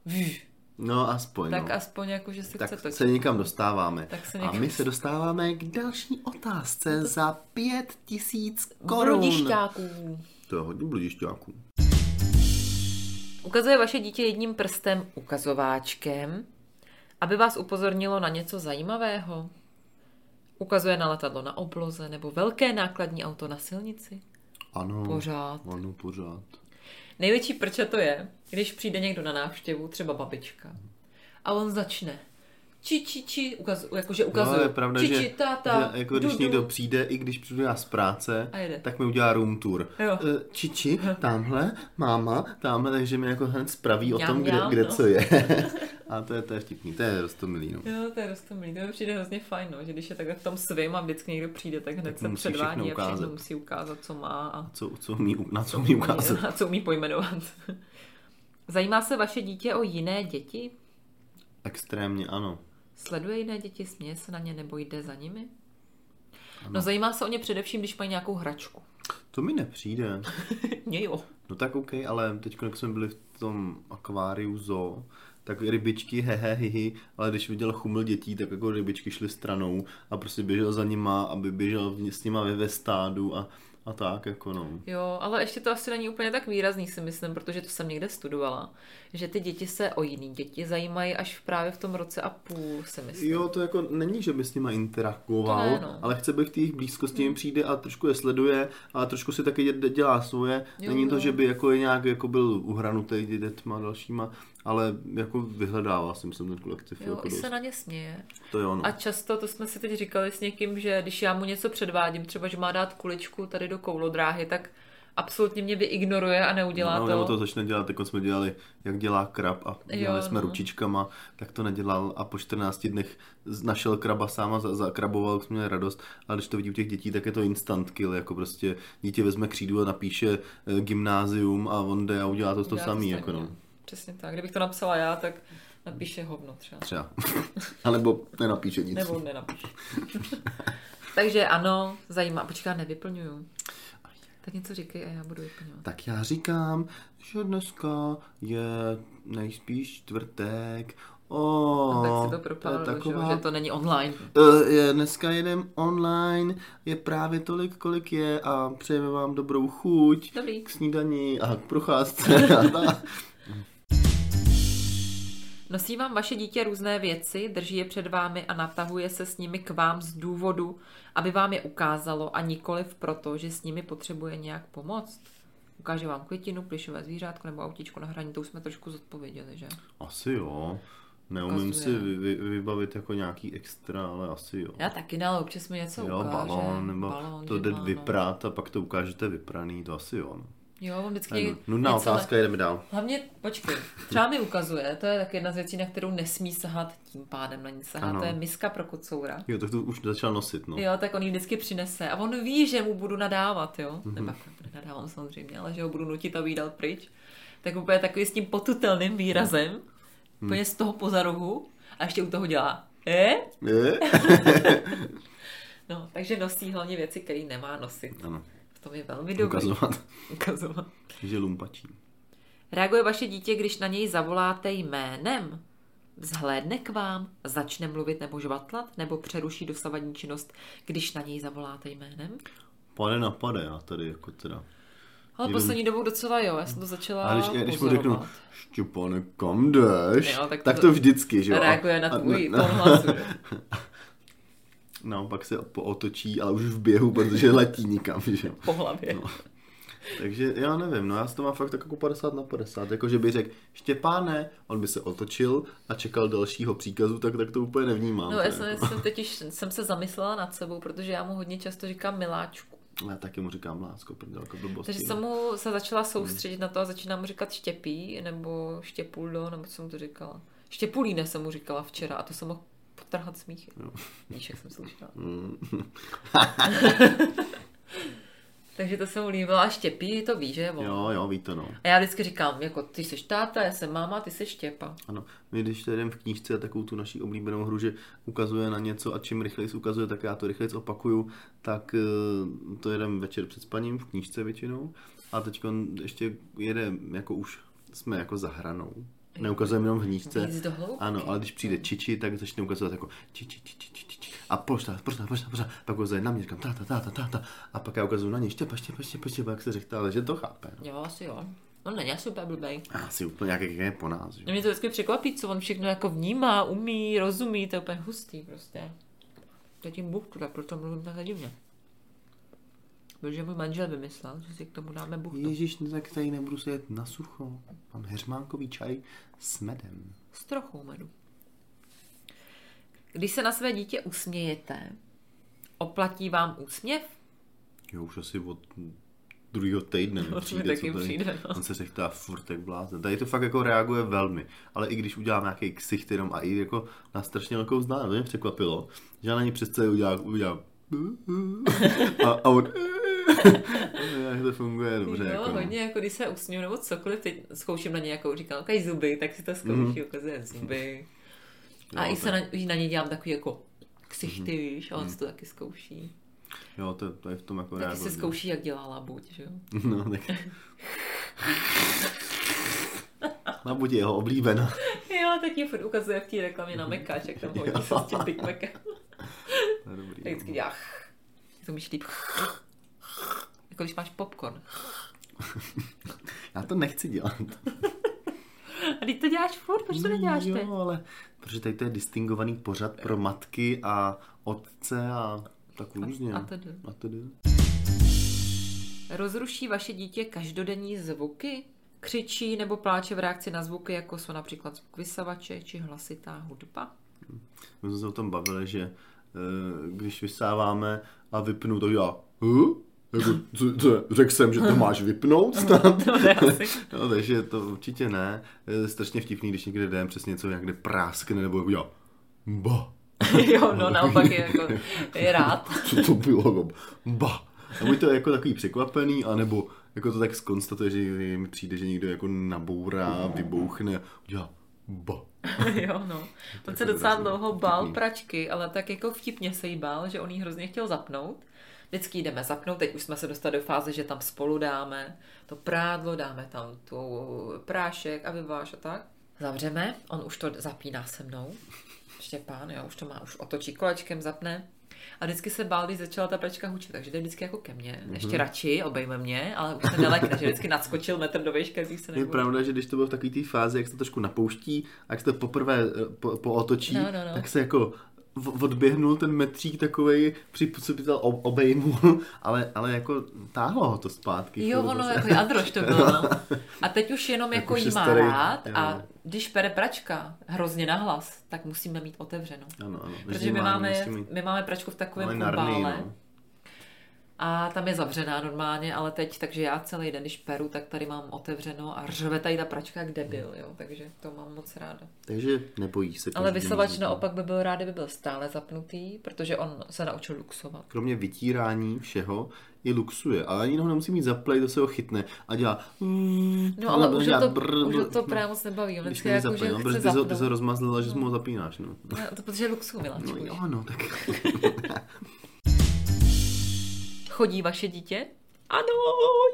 [SPEAKER 2] No aspoň.
[SPEAKER 1] tak
[SPEAKER 2] no.
[SPEAKER 1] aspoň jako, že se chce
[SPEAKER 2] tak
[SPEAKER 1] točit.
[SPEAKER 2] se někam dostáváme.
[SPEAKER 1] Tak se
[SPEAKER 2] A
[SPEAKER 1] někam
[SPEAKER 2] my se dostáváme k další otázce za pět tisíc korun.
[SPEAKER 1] Brudišťáků.
[SPEAKER 2] To je hodně bludišťáků.
[SPEAKER 1] Ukazuje vaše dítě jedním prstem ukazováčkem, aby vás upozornilo na něco zajímavého. Ukazuje na letadlo na obloze nebo velké nákladní auto na silnici.
[SPEAKER 2] Ano.
[SPEAKER 1] Pořád.
[SPEAKER 2] Ano, pořád.
[SPEAKER 1] Největší prče to je, když přijde někdo na návštěvu, třeba babička, a on začne či, či, či, ukaz, jakože ukazuje.
[SPEAKER 2] No, je pravda,
[SPEAKER 1] či,
[SPEAKER 2] že,
[SPEAKER 1] či, Jako táta,
[SPEAKER 2] že jako když
[SPEAKER 1] Dudu.
[SPEAKER 2] někdo přijde, i když přijde nás z práce,
[SPEAKER 1] A jede.
[SPEAKER 2] tak mi udělá room tour.
[SPEAKER 1] Jo.
[SPEAKER 2] Eh, Čiči, tamhle, máma, tamhle, takže mi jako hned spraví o
[SPEAKER 1] Mňam,
[SPEAKER 2] tom, kde,
[SPEAKER 1] mňam,
[SPEAKER 2] kde
[SPEAKER 1] no.
[SPEAKER 2] co je. A to je, to je vtipný, to je rostomilý. No.
[SPEAKER 1] Jo, to je roztomilý, to mi přijde hrozně fajn, no, že když je takhle v tom svým a vždycky někdo přijde, tak hned
[SPEAKER 2] Tak
[SPEAKER 1] se
[SPEAKER 2] musí všechno
[SPEAKER 1] předvádí a
[SPEAKER 2] ukázat.
[SPEAKER 1] všechno musí ukázat, co má a
[SPEAKER 2] Co, co umí, na co umí ukázat.
[SPEAKER 1] A co umí pojmenovat. Zajímá se vaše dítě o jiné děti?
[SPEAKER 2] Extrémně, ano.
[SPEAKER 1] Sleduje jiné děti, směje se na ně nebo jde za nimi? Ano. No zajímá se o ně především, když mají nějakou hračku.
[SPEAKER 2] To mi nepřijde.
[SPEAKER 1] Mě jo.
[SPEAKER 2] No tak OK, ale teď, jak jsme byli v tom akváriu zoo, tak rybičky hehe hihi, ale když viděl chuml dětí, tak jako rybičky šly stranou a prostě běžel za nima, aby běžel v- s nima ve, ve stádu a, a tak jako no.
[SPEAKER 1] Jo, ale ještě to asi není úplně tak výrazný, si myslím, protože to jsem někde studovala, že ty děti se o jiný děti zajímají až v právě v tom roce a půl, si myslím.
[SPEAKER 2] Jo, to jako není, že by s nima interagoval,
[SPEAKER 1] To ne, no. Hmm.
[SPEAKER 2] ale chce by k té jejich blízkosti jim přijde a trošku je sleduje a trošku si taky dě- dělá svoje.
[SPEAKER 1] Jo,
[SPEAKER 2] není to,
[SPEAKER 1] jo.
[SPEAKER 2] že by jako je nějak jako byl uhranutý dětma dalšíma, ale jako vyhledává si myslím ten kolektiv.
[SPEAKER 1] Jo,
[SPEAKER 2] jako
[SPEAKER 1] i se
[SPEAKER 2] dost. No.
[SPEAKER 1] na ně směje.
[SPEAKER 2] To je ono.
[SPEAKER 1] A často, to jsme si teď říkali s někým, že když já mu něco předvádím, třeba že má dát kuličku tady do koulodráhy, tak absolutně mě vyignoruje a neudělá
[SPEAKER 2] no,
[SPEAKER 1] to.
[SPEAKER 2] nebo to začne dělat, jako jsme dělali, jak dělá krab a dělali jo,
[SPEAKER 1] Jo,
[SPEAKER 2] jsme no.
[SPEAKER 1] no.
[SPEAKER 2] ručičkama, tak to nedělal a po 14 dnech z- našel kraba sám a za- zakraboval, jsme měli radost, ale když to vidí u těch dětí, tak je to instant kill, jako prostě dítě vezme křídu a napíše eh, gymnázium a on jde a udělá to, to
[SPEAKER 1] Udělá
[SPEAKER 2] samý,
[SPEAKER 1] stejně.
[SPEAKER 2] jako no,
[SPEAKER 1] Přesně tak. Kdybych to napsala já, tak napíše hovno třeba.
[SPEAKER 2] třeba. a nebo nenapíše nic.
[SPEAKER 1] Nebo nenapíše. Takže ano, zajímá. Počká, nevyplňuju. Tak něco říkej a já budu vyplňovat.
[SPEAKER 2] Tak já říkám, že dneska je nejspíš čtvrtek. O,
[SPEAKER 1] No, tak si to propálilo,
[SPEAKER 2] to je
[SPEAKER 1] taková... že, že to není online.
[SPEAKER 2] Eh, je- Dneska jedem online, je právě tolik, kolik je a přejeme vám dobrou chuť
[SPEAKER 1] Dobrý.
[SPEAKER 2] k snídani a k procházce. a tak.
[SPEAKER 1] Nosí vám vaše dítě různé věci, drží je před vámi a natahuje se s nimi k vám z důvodu, aby vám je ukázalo a nikoliv proto, že s nimi potřebuje nějak pomoct. Ukáže vám květinu, plišové zvířátko nebo autičko na hraní, to už jsme trošku zodpověděli, že?
[SPEAKER 2] Asi jo. Neumím
[SPEAKER 1] Ukazuje.
[SPEAKER 2] si vy, vy, vybavit jako nějaký extra, ale asi jo.
[SPEAKER 1] Já taky ne, ale občas mi něco
[SPEAKER 2] jo,
[SPEAKER 1] ukáže.
[SPEAKER 2] balón, nebo balón, to
[SPEAKER 1] že
[SPEAKER 2] jde
[SPEAKER 1] má, no.
[SPEAKER 2] vyprát a pak to ukážete vypraný, to asi jo. No.
[SPEAKER 1] Jo, on
[SPEAKER 2] Ne,
[SPEAKER 1] vždycky
[SPEAKER 2] nu- Nudná
[SPEAKER 1] něco
[SPEAKER 2] otázka, jdeme dál.
[SPEAKER 1] Hlavně, počkej, třeba mi ukazuje, to je tak jedna z věcí, na kterou nesmí sahat, tím pádem na ní sahat,
[SPEAKER 2] Ano.
[SPEAKER 1] to je miska pro kocoura.
[SPEAKER 2] Jo, tak to už začal nosit, no.
[SPEAKER 1] Jo, tak on ji vždycky přinese a on ví, že mu budu nadávat, jo. Mm-hmm.
[SPEAKER 2] Mhm.
[SPEAKER 1] Nebo jako bude nadávám samozřejmě, ale že ho budu nutit, aby jí dal pryč. Tak úplně takový s tím potutelným
[SPEAKER 2] Mhm.
[SPEAKER 1] výrazem, úplně z toho pozarohu a ještě u toho dělá. E?
[SPEAKER 2] Je?
[SPEAKER 1] No, takže nosí hlavně věci, které nemá nosit.
[SPEAKER 2] Ano,
[SPEAKER 1] V tom je velmi dobrý.
[SPEAKER 2] ukazovat,
[SPEAKER 1] Ukazovat.
[SPEAKER 2] že lumpačí.
[SPEAKER 1] Reaguje vaše dítě, když na něj zavoláte jménem? Vzhlédne k vám, začne mluvit nebo žvatlat, nebo přeruší dosavadní činnost, když na něj zavoláte jménem?
[SPEAKER 2] Pane na pane, já tady jako teda.
[SPEAKER 1] Ale poslední dobou docela jo, já jsem to začala
[SPEAKER 2] A když, když mu řeknu,
[SPEAKER 1] pozorovat.
[SPEAKER 2] Štěpane, kam jdeš?
[SPEAKER 1] Jo, tak
[SPEAKER 2] tak,
[SPEAKER 1] to-
[SPEAKER 2] to, tak to vždycky, že jo?
[SPEAKER 1] reaguje na
[SPEAKER 2] A- a-
[SPEAKER 1] tvůj
[SPEAKER 2] na-
[SPEAKER 1] pohlas. že?
[SPEAKER 2] No, pak se pootočí, ale už v běhu, protože letí nikam, že jo?
[SPEAKER 1] Po hlavě.
[SPEAKER 2] No. Takže já nevím, no já si to mám fakt tak jako 50 na 50, jako že by řekl Štěpáne, on by se otočil a čekal dalšího příkazu, tak, tak to úplně nevnímám.
[SPEAKER 1] No,
[SPEAKER 2] to
[SPEAKER 1] já
[SPEAKER 2] je
[SPEAKER 1] jsem,
[SPEAKER 2] jako-
[SPEAKER 1] jsem teď už jsem se zamyslela nad sebou, protože já mu hodně často říkám miláčku.
[SPEAKER 2] Já taky mu říkám lásko, prdelko, blbosti.
[SPEAKER 1] Takže jsem mu se začala
[SPEAKER 2] Hmm.
[SPEAKER 1] soustředit na to a začínám mu říkat štěpí, nebo štěpuldo, nebo co jsem to říkala. Štěpulíne jsem mu říkala včera a to jsem mohl potrhat smíchy.
[SPEAKER 2] Jo.
[SPEAKER 1] Víš, jak jsem slyšela.
[SPEAKER 2] Mm.
[SPEAKER 1] Takže to se mu líbilo a štěpí, to ví, že je on.
[SPEAKER 2] Jo, jo, ví to, no.
[SPEAKER 1] A já vždycky říkám, jako ty jsi táta, já jsem máma, ty jsi štěpa.
[SPEAKER 2] Ano, my když to jdem v knížce a takovou tu naší oblíbenou hru, že ukazuje na něco a čím rychleji se ukazuje, tak já to rychleji opakuju, tak eh, to jedem večer před spaním v knížce většinou a teď ještě jede, jako už jsme jako za hranou. Neukazujeme jenom v knížce.
[SPEAKER 1] Víc do hloubky.
[SPEAKER 2] Ano, ale když přijde čiči, tak začne ukazovat jako či, či, či, či, či, či, či. A pošta, pošta, pošta, pošta. Pak ukazuje na mě, říkám táta, táta, táta. A pak já ukazuju na něj, štěpa, štěpa, štěpa, štěpa, jak se řekne, ale že to chápe. No.
[SPEAKER 1] Jo, asi jo. On není asi úplně blbej.
[SPEAKER 2] Asi úplně nějaký jak je po nás. Že?
[SPEAKER 1] Mě to vždycky překvapí, co on všechno jako vnímá, umí, rozumí, to je úplně hustý prostě. To je tím Bůh teda, proto mluvím takhle divně. Protože můj manžel vymyslel, že si k tomu dáme buchtu.
[SPEAKER 2] Ježíš, no tak tady nebudu sedět na sucho. Mám heřmánkový čaj s medem.
[SPEAKER 1] S trochou medu. Když se na své dítě usmějete, oplatí vám úsměv?
[SPEAKER 2] Jo, už asi od druhého týdne mi
[SPEAKER 1] mi
[SPEAKER 2] přijde,
[SPEAKER 1] taky
[SPEAKER 2] co tady.
[SPEAKER 1] přijde, no.
[SPEAKER 2] On se sechtá furt jak blázen. Tady to fakt jako reaguje velmi. Ale i když udělám nějaký ksicht jenom a i jako na strašně velkou vzdálenost, to mě překvapilo, že já na ní přece udělám, udělám a, a on jak to funguje dobře.
[SPEAKER 1] jo,
[SPEAKER 2] jako, no.
[SPEAKER 1] hodně, jako když se usměju nebo cokoliv, teď zkouším na nějakou, říkám, ukaž zuby, tak si to zkouší, mm. ukazuje zuby.
[SPEAKER 2] Mhm. Jo,
[SPEAKER 1] A i
[SPEAKER 2] tak- Mhm.
[SPEAKER 1] se na, už na ně dělám takový jako ksichty, víš, a on si to taky zkouší.
[SPEAKER 2] Jo, to, to je v tom jako
[SPEAKER 1] Taky se
[SPEAKER 2] reaguje.
[SPEAKER 1] zkouší, jak dělá labuť, že jo?
[SPEAKER 2] No, tak. Na buď je jeho oblíbená.
[SPEAKER 1] Jo, tak ti furt ukazuje v té reklamě na Mekáč, jak tam
[SPEAKER 2] Jo.
[SPEAKER 1] hodí se s tím Big Macem.
[SPEAKER 2] To je dobrý,
[SPEAKER 1] Tak vždycky
[SPEAKER 2] no.
[SPEAKER 1] dělá ch. Jak to umíš líp. Jako když máš popcorn.
[SPEAKER 2] Já to nechci dělat.
[SPEAKER 1] A když to děláš furt, proč to neděláš
[SPEAKER 2] jo,
[SPEAKER 1] ty?
[SPEAKER 2] ale protože tady to je distingovaný pořad pro matky a otce a tak různě.
[SPEAKER 1] a tedy.
[SPEAKER 2] A tedy.
[SPEAKER 1] Rozruší vaše dítě každodenní zvuky? Křičí nebo pláče v reakci na zvuky, jako jsou například zvuk vysavače či hlasitá hudba?
[SPEAKER 2] My jsme se o tom bavili, že eh, když vysáváme a vypnu, to já. Huh? Jako, co, co, řekl jsem, že to máš vypnout snad? no, takže to určitě ne. Je strašně vtipný, když někde jdem přes něco někde práskne, nebo jako já. Ba,
[SPEAKER 1] jo, no naopak je, jako, je rád.
[SPEAKER 2] co to bylo? no? Ba. A buď to je jako takový překvapený, anebo jako to tak skonstatuje, že mi přijde, že někdo jako nabourá, vybouchne, udělá Bo.
[SPEAKER 1] jo, no. On
[SPEAKER 2] je
[SPEAKER 1] se
[SPEAKER 2] to
[SPEAKER 1] docela
[SPEAKER 2] hrozný.
[SPEAKER 1] dlouho bál
[SPEAKER 2] Jako vlastně Vtipný.
[SPEAKER 1] pračky, ale tak jako vtipně se jí bál, že on jí hrozně chtěl zapnout. Vždycky jí jdeme zapnout, teď už jsme se dostali do fáze, že tam spolu dáme to prádlo, dáme tam tu prášek a vyváš a tak. Zavřeme, on už to zapíná se mnou. Štěpán, jo, už to má, už otočí kolečkem, zapne. A vždycky se bál, když začala ta pračka hučit, takže jde vždycky jako ke mně.
[SPEAKER 2] Mhm.
[SPEAKER 1] Ještě radši obejme mě, ale už se nelekne, že vždycky nadskočil metr do výšky, když se
[SPEAKER 2] Je
[SPEAKER 1] nebude.
[SPEAKER 2] pravda, že když to bylo v takové té fázi, jak se to trošku napouští, a jak se to poprvé eh, po, pootočí,
[SPEAKER 1] No, no, no.
[SPEAKER 2] tak se jako v- odběhnul ten metřík takovej, připůsobitel ob- obejmu, ale, ale jako táhlo ho to zpátky.
[SPEAKER 1] Jo,
[SPEAKER 2] chvilku
[SPEAKER 1] ono
[SPEAKER 2] zase.
[SPEAKER 1] jako jadroš to bylo. No. A teď už jenom
[SPEAKER 2] Tak
[SPEAKER 1] jako
[SPEAKER 2] už
[SPEAKER 1] jí
[SPEAKER 2] je
[SPEAKER 1] má
[SPEAKER 2] starý,
[SPEAKER 1] rád a
[SPEAKER 2] jo.
[SPEAKER 1] když pere pračka hrozně nahlas, tak musíme mít otevřeno.
[SPEAKER 2] Ano, ano.
[SPEAKER 1] Protože my
[SPEAKER 2] vnímání
[SPEAKER 1] máme,
[SPEAKER 2] musí mít-
[SPEAKER 1] my máme pračku v
[SPEAKER 2] ale
[SPEAKER 1] takovém
[SPEAKER 2] narný,
[SPEAKER 1] kumbále
[SPEAKER 2] no.
[SPEAKER 1] a tam je zavřená normálně, ale teď, takže já celý den, když peru, tak tady mám otevřeno a řve tady ta pračka jak debil, jo, takže to mám moc ráda.
[SPEAKER 2] Takže nebojíš se. prostě no.
[SPEAKER 1] Ale
[SPEAKER 2] každý
[SPEAKER 1] vysavač
[SPEAKER 2] den.
[SPEAKER 1] naopak by byl rád, kdyby byl stále zapnutý, protože on se naučil luxovat.
[SPEAKER 2] Kromě vytírání všeho i luxuje, ale ani ho nemusí mít zaplay, to se ho chytne a dělá...
[SPEAKER 1] No ale
[SPEAKER 2] brr,
[SPEAKER 1] už
[SPEAKER 2] dělá
[SPEAKER 1] ho to,
[SPEAKER 2] brr,
[SPEAKER 1] už ho
[SPEAKER 2] brr.
[SPEAKER 1] to právě moc nebaví, on
[SPEAKER 2] Když
[SPEAKER 1] vždycky
[SPEAKER 2] mě
[SPEAKER 1] jako, že
[SPEAKER 2] zapne, no,
[SPEAKER 1] chce
[SPEAKER 2] protože ty, jsi ho- ty
[SPEAKER 1] zapnout.
[SPEAKER 2] jsi ho rozmazlila, že jsi mu ho zapínáš, no.
[SPEAKER 1] No, To protože luxu, miláčku.
[SPEAKER 2] No
[SPEAKER 1] že?
[SPEAKER 2] jo, no, tak
[SPEAKER 1] Chodí vaše dítě? Ano,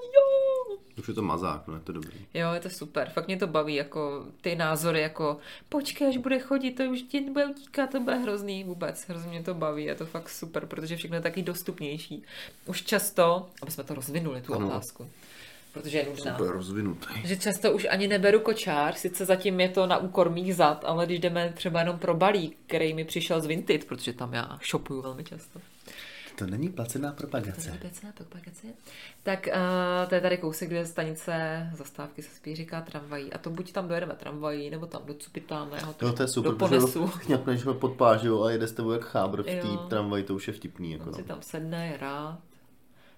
[SPEAKER 1] jo.
[SPEAKER 2] už je to mazák, no, je to dobrý.
[SPEAKER 1] Jo, je to super. Fakt mě to baví, jako ty názory, jako počkej, až bude chodit, to už ti bude utíkat, to bude hrozný vůbec. Hrozně mě to baví, je to fakt super, protože všechno je taky dostupnější. Už často, aby jsme to rozvinuli, tu
[SPEAKER 2] Ano.
[SPEAKER 1] otázku, protože je nutná.
[SPEAKER 2] Super rozvinutý.
[SPEAKER 1] Že často už ani neberu kočár, sice zatím je to na úkor mých zad, ale když jdeme třeba jenom pro balík, který mi přišel z Vinted, protože tam já shopuju velmi často.
[SPEAKER 2] To není placená propagace.
[SPEAKER 1] Propagace, propagace. Tak uh, to je tady kousek, kde stanice zastávky se spíš říká tramvají. A to buď tam dojedeme tramvají, nebo tam docupitáme ho
[SPEAKER 2] Jo, No, to je super,
[SPEAKER 1] do
[SPEAKER 2] protože
[SPEAKER 1] ponesu.
[SPEAKER 2] ho chňapneš ho pod pážou a jede s tebou jak chábr v té
[SPEAKER 1] Jo.
[SPEAKER 2] tramvaji, to už je vtipný. Jako,
[SPEAKER 1] On
[SPEAKER 2] no.
[SPEAKER 1] si tam sedne, je rád.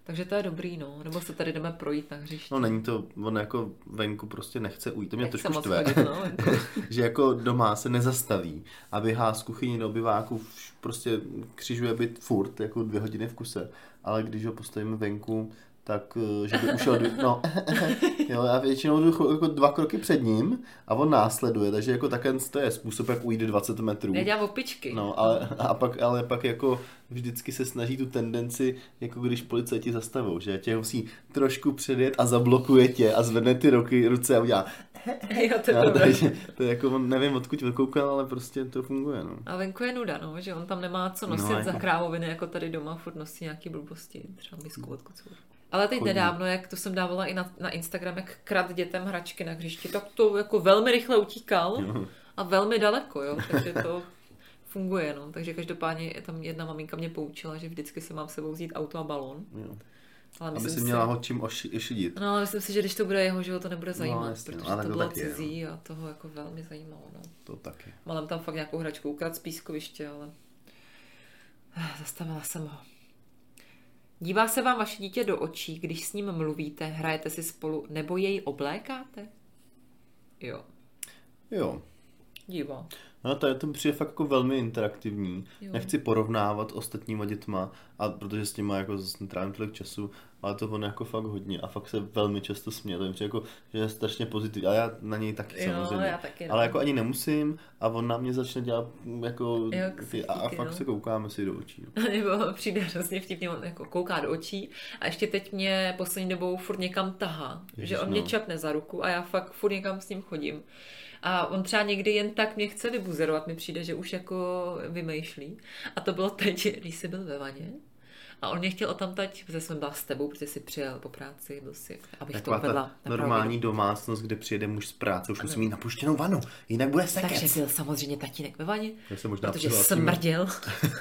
[SPEAKER 1] Takže to je dobrý, no. Nebo se tady jdeme projít na hřiště.
[SPEAKER 2] no není to, on jako venku prostě nechce ujít, to mě
[SPEAKER 1] Nechce
[SPEAKER 2] trošku
[SPEAKER 1] moc
[SPEAKER 2] štve.
[SPEAKER 1] chodit, no, venku.
[SPEAKER 2] že jako doma se nezastaví a běhá z kuchyně do obyváku, vš- prostě křižuje byt furt, jako dvě hodiny v kuse, ale když ho postavíme venku, tak eh, že by ušel, dvě- no, jo, já většinou jdu cho- jako dva kroky před ním a on následuje, takže jako takhle to je způsob, jak ujde 20 metrů.
[SPEAKER 1] Já dělám opičky.
[SPEAKER 2] No, ale, a pak, ale pak jako vždycky se snaží tu tendenci, jako když policajti zastavou, že tě musí trošku předjet a zablokuje tě a zvedne ty roky, ruce a udělá.
[SPEAKER 1] Jo, to je
[SPEAKER 2] No,
[SPEAKER 1] dobré.
[SPEAKER 2] takže to je jako, on nevím odkud koukal, ale prostě to funguje, no.
[SPEAKER 1] A venku je nuda, no, že on tam nemá co nosit
[SPEAKER 2] No,
[SPEAKER 1] no,
[SPEAKER 2] jako-
[SPEAKER 1] za krávoviny, jako tady doma furt nosí nějaký blbosti, třeba misku od kuců. Ale teď
[SPEAKER 2] Chodí.
[SPEAKER 1] nedávno, jak to jsem dávala i na, na Instagram, jak krad dětem hračky na hřišti, tak to jako velmi rychle utíkal a velmi daleko, jo, takže to funguje, no. Takže každopádně je tam jedna maminka mě poučila, že vždycky si mám s sebou vzít auto a balon.
[SPEAKER 2] Jo.
[SPEAKER 1] Ale
[SPEAKER 2] Aby si měla ho čím oši, ošidit.
[SPEAKER 1] No, ale myslím si, že když to bude jeho život, to nebude zajímat,
[SPEAKER 2] jasně, no,
[SPEAKER 1] protože
[SPEAKER 2] ale
[SPEAKER 1] to
[SPEAKER 2] to
[SPEAKER 1] bylo
[SPEAKER 2] tak je, no.
[SPEAKER 1] cizí a toho jako velmi zajímalo, no.
[SPEAKER 2] To taky.
[SPEAKER 1] Malem tam fakt nějakou hračku ukradl z pískoviště, ale eh, zastavila jsem ho. Dívá se vám vaše dítě do očí, když s ním mluvíte, hrajete si spolu, nebo jej oblékáte? Jo,
[SPEAKER 2] Jo.
[SPEAKER 1] dívá.
[SPEAKER 2] No to je to mi přijde fakt jako velmi interaktivní.
[SPEAKER 1] Jo.
[SPEAKER 2] Jo. Nechci porovnávat ostatníma dětma, a protože s těma jako zase netrávím tolik času, ale to on jako fakt hodně a fakt se velmi často směje. To mi přijde jako, že je strašně pozitivní. A já na něj taky
[SPEAKER 1] Jo,
[SPEAKER 2] samozřejmě.
[SPEAKER 1] já taky, no.
[SPEAKER 2] ale jako ani nemusím a on na mě začne dělat mm, jako
[SPEAKER 1] Jo,
[SPEAKER 2] ty, a, a
[SPEAKER 1] ksichtíky,
[SPEAKER 2] fakt
[SPEAKER 1] no.
[SPEAKER 2] se koukáme si do očí. No.
[SPEAKER 1] nebo přijde hrozně vtipně, on jako kouká do očí a ještě teď mě poslední dobou furt někam tahá,
[SPEAKER 2] Ježiš,
[SPEAKER 1] že on mě
[SPEAKER 2] no.
[SPEAKER 1] čapne za ruku a já fakt furt někam s ním chodím. A on třeba někdy jen tak mě chce vybuzerovat, mi přijde, že už jako vymýšlí. A to bylo teď, když jsi byl ve vaně. A on mě chtěl otamtať, protože jsem byla s tebou, protože jsi přijel po práci, byl si, abych
[SPEAKER 2] Taková
[SPEAKER 1] to uvedla. na
[SPEAKER 2] ta
[SPEAKER 1] pravou
[SPEAKER 2] normální domácnost, kde přijede muž z práce, už musí mít napuštěnou vanu, jinak bude sekec.
[SPEAKER 1] takže byl samozřejmě tatínek ve vaně,
[SPEAKER 2] Já se možná
[SPEAKER 1] protože
[SPEAKER 2] přihlásím.
[SPEAKER 1] smrděl.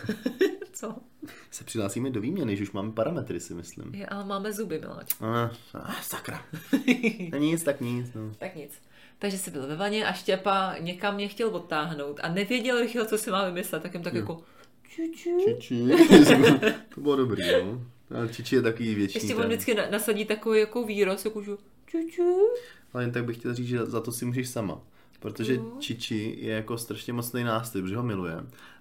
[SPEAKER 1] Co?
[SPEAKER 2] se přihlásíme do výměny, že už máme parametry, si myslím.
[SPEAKER 1] Je, ale máme zuby, miláčku.
[SPEAKER 2] A, a, sakra. No nic, tak nic. No.
[SPEAKER 1] Tak nic. Takže jsi byl ve vaně a Štěpa někam mě chtěl odtáhnout a nevěděl rychle, co si má vymyslet, tak jim tak jako...
[SPEAKER 2] Čiči. to bylo dobrý, no. A Čiči je takový věčný.
[SPEAKER 1] Ještě on
[SPEAKER 2] ten.
[SPEAKER 1] vždycky na- nasadí takový jako výraz, jako že... čuču.
[SPEAKER 2] Ale jen tak bych chtěl říct, že za to si můžeš sama. Protože
[SPEAKER 1] Mhm.
[SPEAKER 2] Čiči je jako strašně mocný nástroj, protože ho miluje.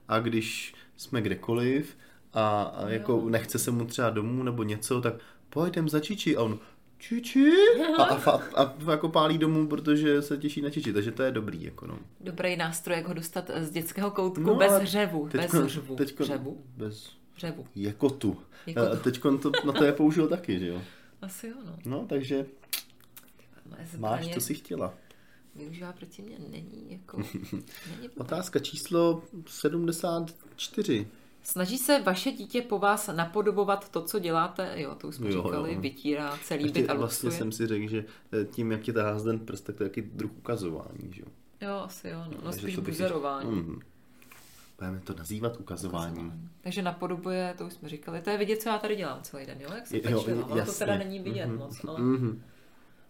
[SPEAKER 2] A když jsme kdekoliv a, a jako nechce se mu třeba domů nebo něco, tak pojdem za Čiči a on čiči a, a, a, a jako pálí domů, protože se těší na čiči, takže to je dobrý. Jako no.
[SPEAKER 1] Dobrý nástroj, jak ho dostat z dětského koutku
[SPEAKER 2] No,
[SPEAKER 1] no, bez
[SPEAKER 2] ale
[SPEAKER 1] řevu.
[SPEAKER 2] Teďko-
[SPEAKER 1] bez řvu.
[SPEAKER 2] teďko-
[SPEAKER 1] Řevu?
[SPEAKER 2] Bez
[SPEAKER 1] Řevu.
[SPEAKER 2] jakotu.
[SPEAKER 1] Jakotu.
[SPEAKER 2] Jako Teď to, na to je použil taky, že jo?
[SPEAKER 1] Asi jo, no.
[SPEAKER 2] No, takže
[SPEAKER 1] Moje
[SPEAKER 2] máš,
[SPEAKER 1] zbraně
[SPEAKER 2] co jsi chtěla.
[SPEAKER 1] využívá proti mně, není jako... Není
[SPEAKER 2] Otázka číslo 74.
[SPEAKER 1] Snaží se vaše dítě po vás napodobovat to, co děláte? Jo, to už jsme
[SPEAKER 2] Jo,
[SPEAKER 1] říkali,
[SPEAKER 2] jo.
[SPEAKER 1] vytírá celý
[SPEAKER 2] Ještě
[SPEAKER 1] byt a
[SPEAKER 2] vlastně
[SPEAKER 1] lustruje.
[SPEAKER 2] jsem si řekl, že eh, tím, jak je ta ten prst, tak to je taky druh ukazování, že jo?
[SPEAKER 1] Jo, asi jo, no, no
[SPEAKER 2] Takže
[SPEAKER 1] spíš
[SPEAKER 2] to bych-
[SPEAKER 1] buzerování.
[SPEAKER 2] Mhm. Budeme to nazývat ukazováním.
[SPEAKER 1] Takže napodobuje, to už jsme říkali, to je vidět, co já tady dělám celý den, jo, jak jsem
[SPEAKER 2] Jo, jo,
[SPEAKER 1] pečlivá, ale to
[SPEAKER 2] jasně.
[SPEAKER 1] teda není vidět moc, ale,
[SPEAKER 2] Mhm.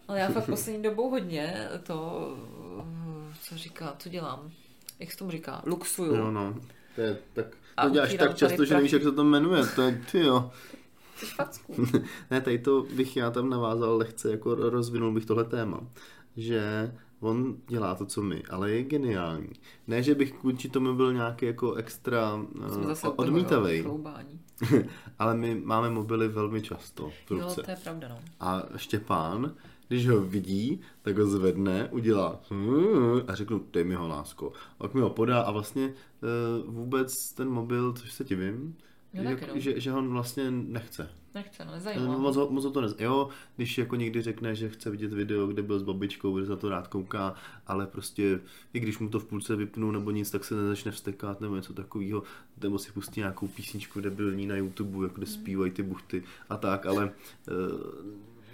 [SPEAKER 1] ale já fakt poslední dobou hodně to, eh, co říká, co dělám, jak se tomu říká, luxuju.
[SPEAKER 2] Jo, no. To je tak,
[SPEAKER 1] A
[SPEAKER 2] to děláš
[SPEAKER 1] utírám
[SPEAKER 2] tak často,
[SPEAKER 1] tady
[SPEAKER 2] že nevíš,
[SPEAKER 1] prachy.
[SPEAKER 2] jak se to jmenuje. To je, ty jo.
[SPEAKER 1] Jsi facku.
[SPEAKER 2] Mhm. Ne, tady to bych já tam navázal lehce, jako ro- rozvinul bych tohle téma. Že on dělá to, co my, ale je geniální. Ne, že bych vůči tomu byl nějaký jako extra
[SPEAKER 1] Jsme
[SPEAKER 2] uh,
[SPEAKER 1] zase u toho, jo,
[SPEAKER 2] odmítavý,
[SPEAKER 1] chloubání.
[SPEAKER 2] ale my máme mobily velmi často v
[SPEAKER 1] Jo,
[SPEAKER 2] ruce.
[SPEAKER 1] to je pravda, no.
[SPEAKER 2] A Štěpán, když ho vidí, tak ho zvedne, udělá "Hmm" a řeknu, dej mi ho, lásko. A pak mi ho podá a vlastně eh, vůbec ten mobil, což se divím,
[SPEAKER 1] No
[SPEAKER 2] jak-
[SPEAKER 1] taky, no.
[SPEAKER 2] že, že ho vlastně nechce.
[SPEAKER 1] Nechce, no,
[SPEAKER 2] Eh,
[SPEAKER 1] nezajímá.
[SPEAKER 2] Moc, ho- moc ho to nez... Jo, když jako někdy řekne, že chce vidět video, kde byl s babičkou, že za to rád kouká, ale prostě i když mu to v půlce vypnou nebo nic, tak se nezačne vstekat nebo něco takového, nebo si pustí nějakou písničku debilní na YouTube, jak kde
[SPEAKER 1] Hmm.
[SPEAKER 2] zpívají ty buchty a tak, ale eh,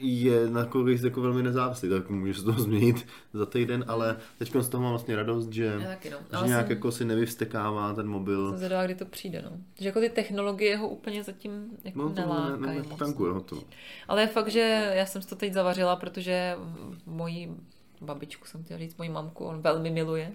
[SPEAKER 2] je na kolik jako velmi nezávislý, tak může se to změnit za týden, ale teď z toho mám vlastně radost, že,
[SPEAKER 1] Hmm. Já taky, no.
[SPEAKER 2] že
[SPEAKER 1] Ale
[SPEAKER 2] nějak
[SPEAKER 1] jsem-
[SPEAKER 2] jako si nevyvstekává ten mobil.
[SPEAKER 1] Jsem zvědavá, kdy to přijde, no. Že jako ty technologie ho úplně zatím jako
[SPEAKER 2] No, to ne, ne,
[SPEAKER 1] nelákají
[SPEAKER 2] ne,
[SPEAKER 1] moc. no.
[SPEAKER 2] tankuje ho to.
[SPEAKER 1] Ale je fakt, že já jsem si to teď zavařila, protože mm, moji babičku jsem chtěla říct, moji mamku, on velmi miluje.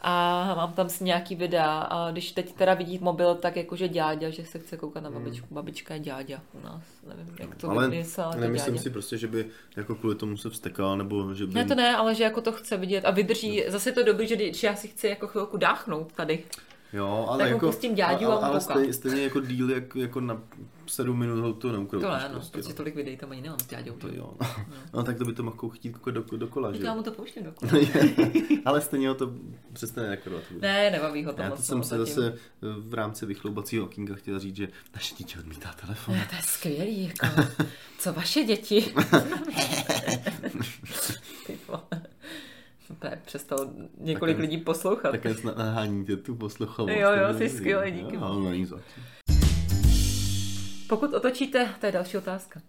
[SPEAKER 1] A mám tam s ní nějaký videa a když teď teda vidí mobil, tak jakože děďa, že se chce koukat na babičku. Babička je děďa u nás, nevím, jak to
[SPEAKER 2] Hmm. ale
[SPEAKER 1] vypadá, ale to
[SPEAKER 2] nemyslím
[SPEAKER 1] děďa.
[SPEAKER 2] si prostě, že by jako kvůli tomu se vstekal, nebo že by...
[SPEAKER 1] Ne, to ne, ale že jako to chce vidět a vydrží. Zase je to dobrý, že když já si chci jako chvilku dáchnout tady.
[SPEAKER 2] Jo,
[SPEAKER 1] Tak
[SPEAKER 2] ale
[SPEAKER 1] prostě mu
[SPEAKER 2] jako...
[SPEAKER 1] pustím ďáďu a
[SPEAKER 2] ale,
[SPEAKER 1] on
[SPEAKER 2] ale
[SPEAKER 1] kouká.
[SPEAKER 2] stejně, stejně jako díl, jak, jako na sedm minut ho to neukroutíš.
[SPEAKER 1] To ne, no,
[SPEAKER 2] prostě,
[SPEAKER 1] protože
[SPEAKER 2] no.
[SPEAKER 1] tolik videí tam ani nemám s děďou.
[SPEAKER 2] To jo. No tak to by to mohlo chtít jako do, dokola, že
[SPEAKER 1] Tak já
[SPEAKER 2] jo?
[SPEAKER 1] mu to pouštím do
[SPEAKER 2] ale stejně ho to přestane nekorovat.
[SPEAKER 1] Ne, nebaví ho to
[SPEAKER 2] Já
[SPEAKER 1] moc.
[SPEAKER 2] to jsem
[SPEAKER 1] no,
[SPEAKER 2] se
[SPEAKER 1] zatím.
[SPEAKER 2] zase eh, v rámci vychloubacího okýnka chtěl říct, že naše dítě odmítá telefon.
[SPEAKER 1] No, To je skvělý, jako. Co vaše děti? Ty vole. No, to je přestalo několik
[SPEAKER 2] Tak-
[SPEAKER 1] lidí poslouchat.
[SPEAKER 2] Také snad naháníte tu posluchavost.
[SPEAKER 1] Jo, jo,
[SPEAKER 2] To je
[SPEAKER 1] jsi skvělý,
[SPEAKER 2] dobrý.
[SPEAKER 1] díky
[SPEAKER 2] Jo,
[SPEAKER 1] moc.
[SPEAKER 2] no, není zač.
[SPEAKER 1] Pokud otočíte, to je další otázka.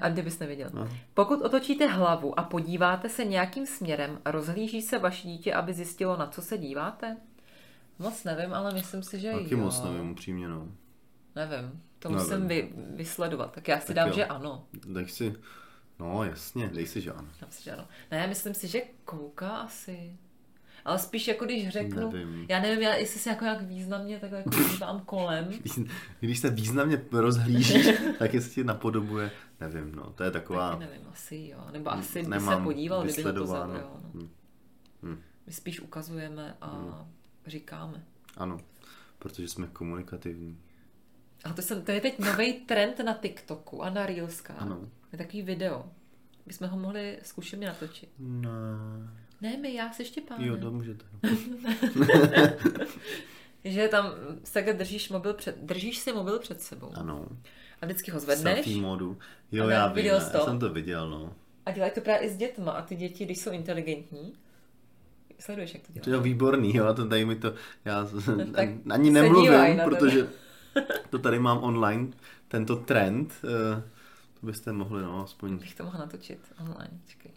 [SPEAKER 1] A kdybys nevěděl.
[SPEAKER 2] No.
[SPEAKER 1] Pokud otočíte hlavu a podíváte se nějakým směrem, rozhlíží se vaše dítě, aby zjistilo, na co se díváte? Moc nevím, ale myslím si, že
[SPEAKER 2] Taky
[SPEAKER 1] jo.
[SPEAKER 2] moc nevím, upřímně, no.
[SPEAKER 1] Nevím, to
[SPEAKER 2] Nevím.
[SPEAKER 1] musím vy, vysledovat. Tak já si
[SPEAKER 2] Tak
[SPEAKER 1] dám,
[SPEAKER 2] jo.
[SPEAKER 1] že ano.
[SPEAKER 2] Dej si, no jasně, dej si, že ano.
[SPEAKER 1] Já myslím, že ano. Ne, myslím si, že kouká asi. Ale spíš jako když řeknu,
[SPEAKER 2] Nevím.
[SPEAKER 1] já nevím, já, jestli se jako nějak významně takhle jako dívám kolem.
[SPEAKER 2] Když- Když se významně rozhlížíš, tak jestli ti napodobuje, nevím, no, to je taková...
[SPEAKER 1] Taky nevím, asi jo. Nebo asi by se
[SPEAKER 2] nemám
[SPEAKER 1] podíval, kdyby ho to
[SPEAKER 2] vysledováno.
[SPEAKER 1] zaujalo. No.
[SPEAKER 2] Hm,
[SPEAKER 1] My spíš ukazujeme a
[SPEAKER 2] Hmm.
[SPEAKER 1] říkáme.
[SPEAKER 2] Ano, protože jsme komunikativní.
[SPEAKER 1] A to, jsem, to je teď nový trend na TikToku a na Reelskách.
[SPEAKER 2] Ano.
[SPEAKER 1] Je takový video. My jsme ho mohli zkušeně natočit.
[SPEAKER 2] Ne,
[SPEAKER 1] Ne, my, já se Štěpánem.
[SPEAKER 2] No, jo, to můžete.
[SPEAKER 1] Že tam se takhle držíš, mobil před, držíš si mobil před sebou.
[SPEAKER 2] Ano,
[SPEAKER 1] A vždycky ho zvedneš.
[SPEAKER 2] selfie modu. Jo,
[SPEAKER 1] Ano,
[SPEAKER 2] já vím,
[SPEAKER 1] viděl
[SPEAKER 2] já
[SPEAKER 1] jsi to?
[SPEAKER 2] jsem to viděl, no.
[SPEAKER 1] A dělají to právě i s dětma. A ty děti, když jsou inteligentní, sleduješ, jak to
[SPEAKER 2] To
[SPEAKER 1] dělají.
[SPEAKER 2] je výborný, jo, a to tady mi to, já
[SPEAKER 1] tak se dívaj
[SPEAKER 2] ani nemluvím,
[SPEAKER 1] na tebe.
[SPEAKER 2] protože to tady mám online, tento trend, eh, to byste mohli, no, aspoň.
[SPEAKER 1] Bych to mohla natočit online, čekej.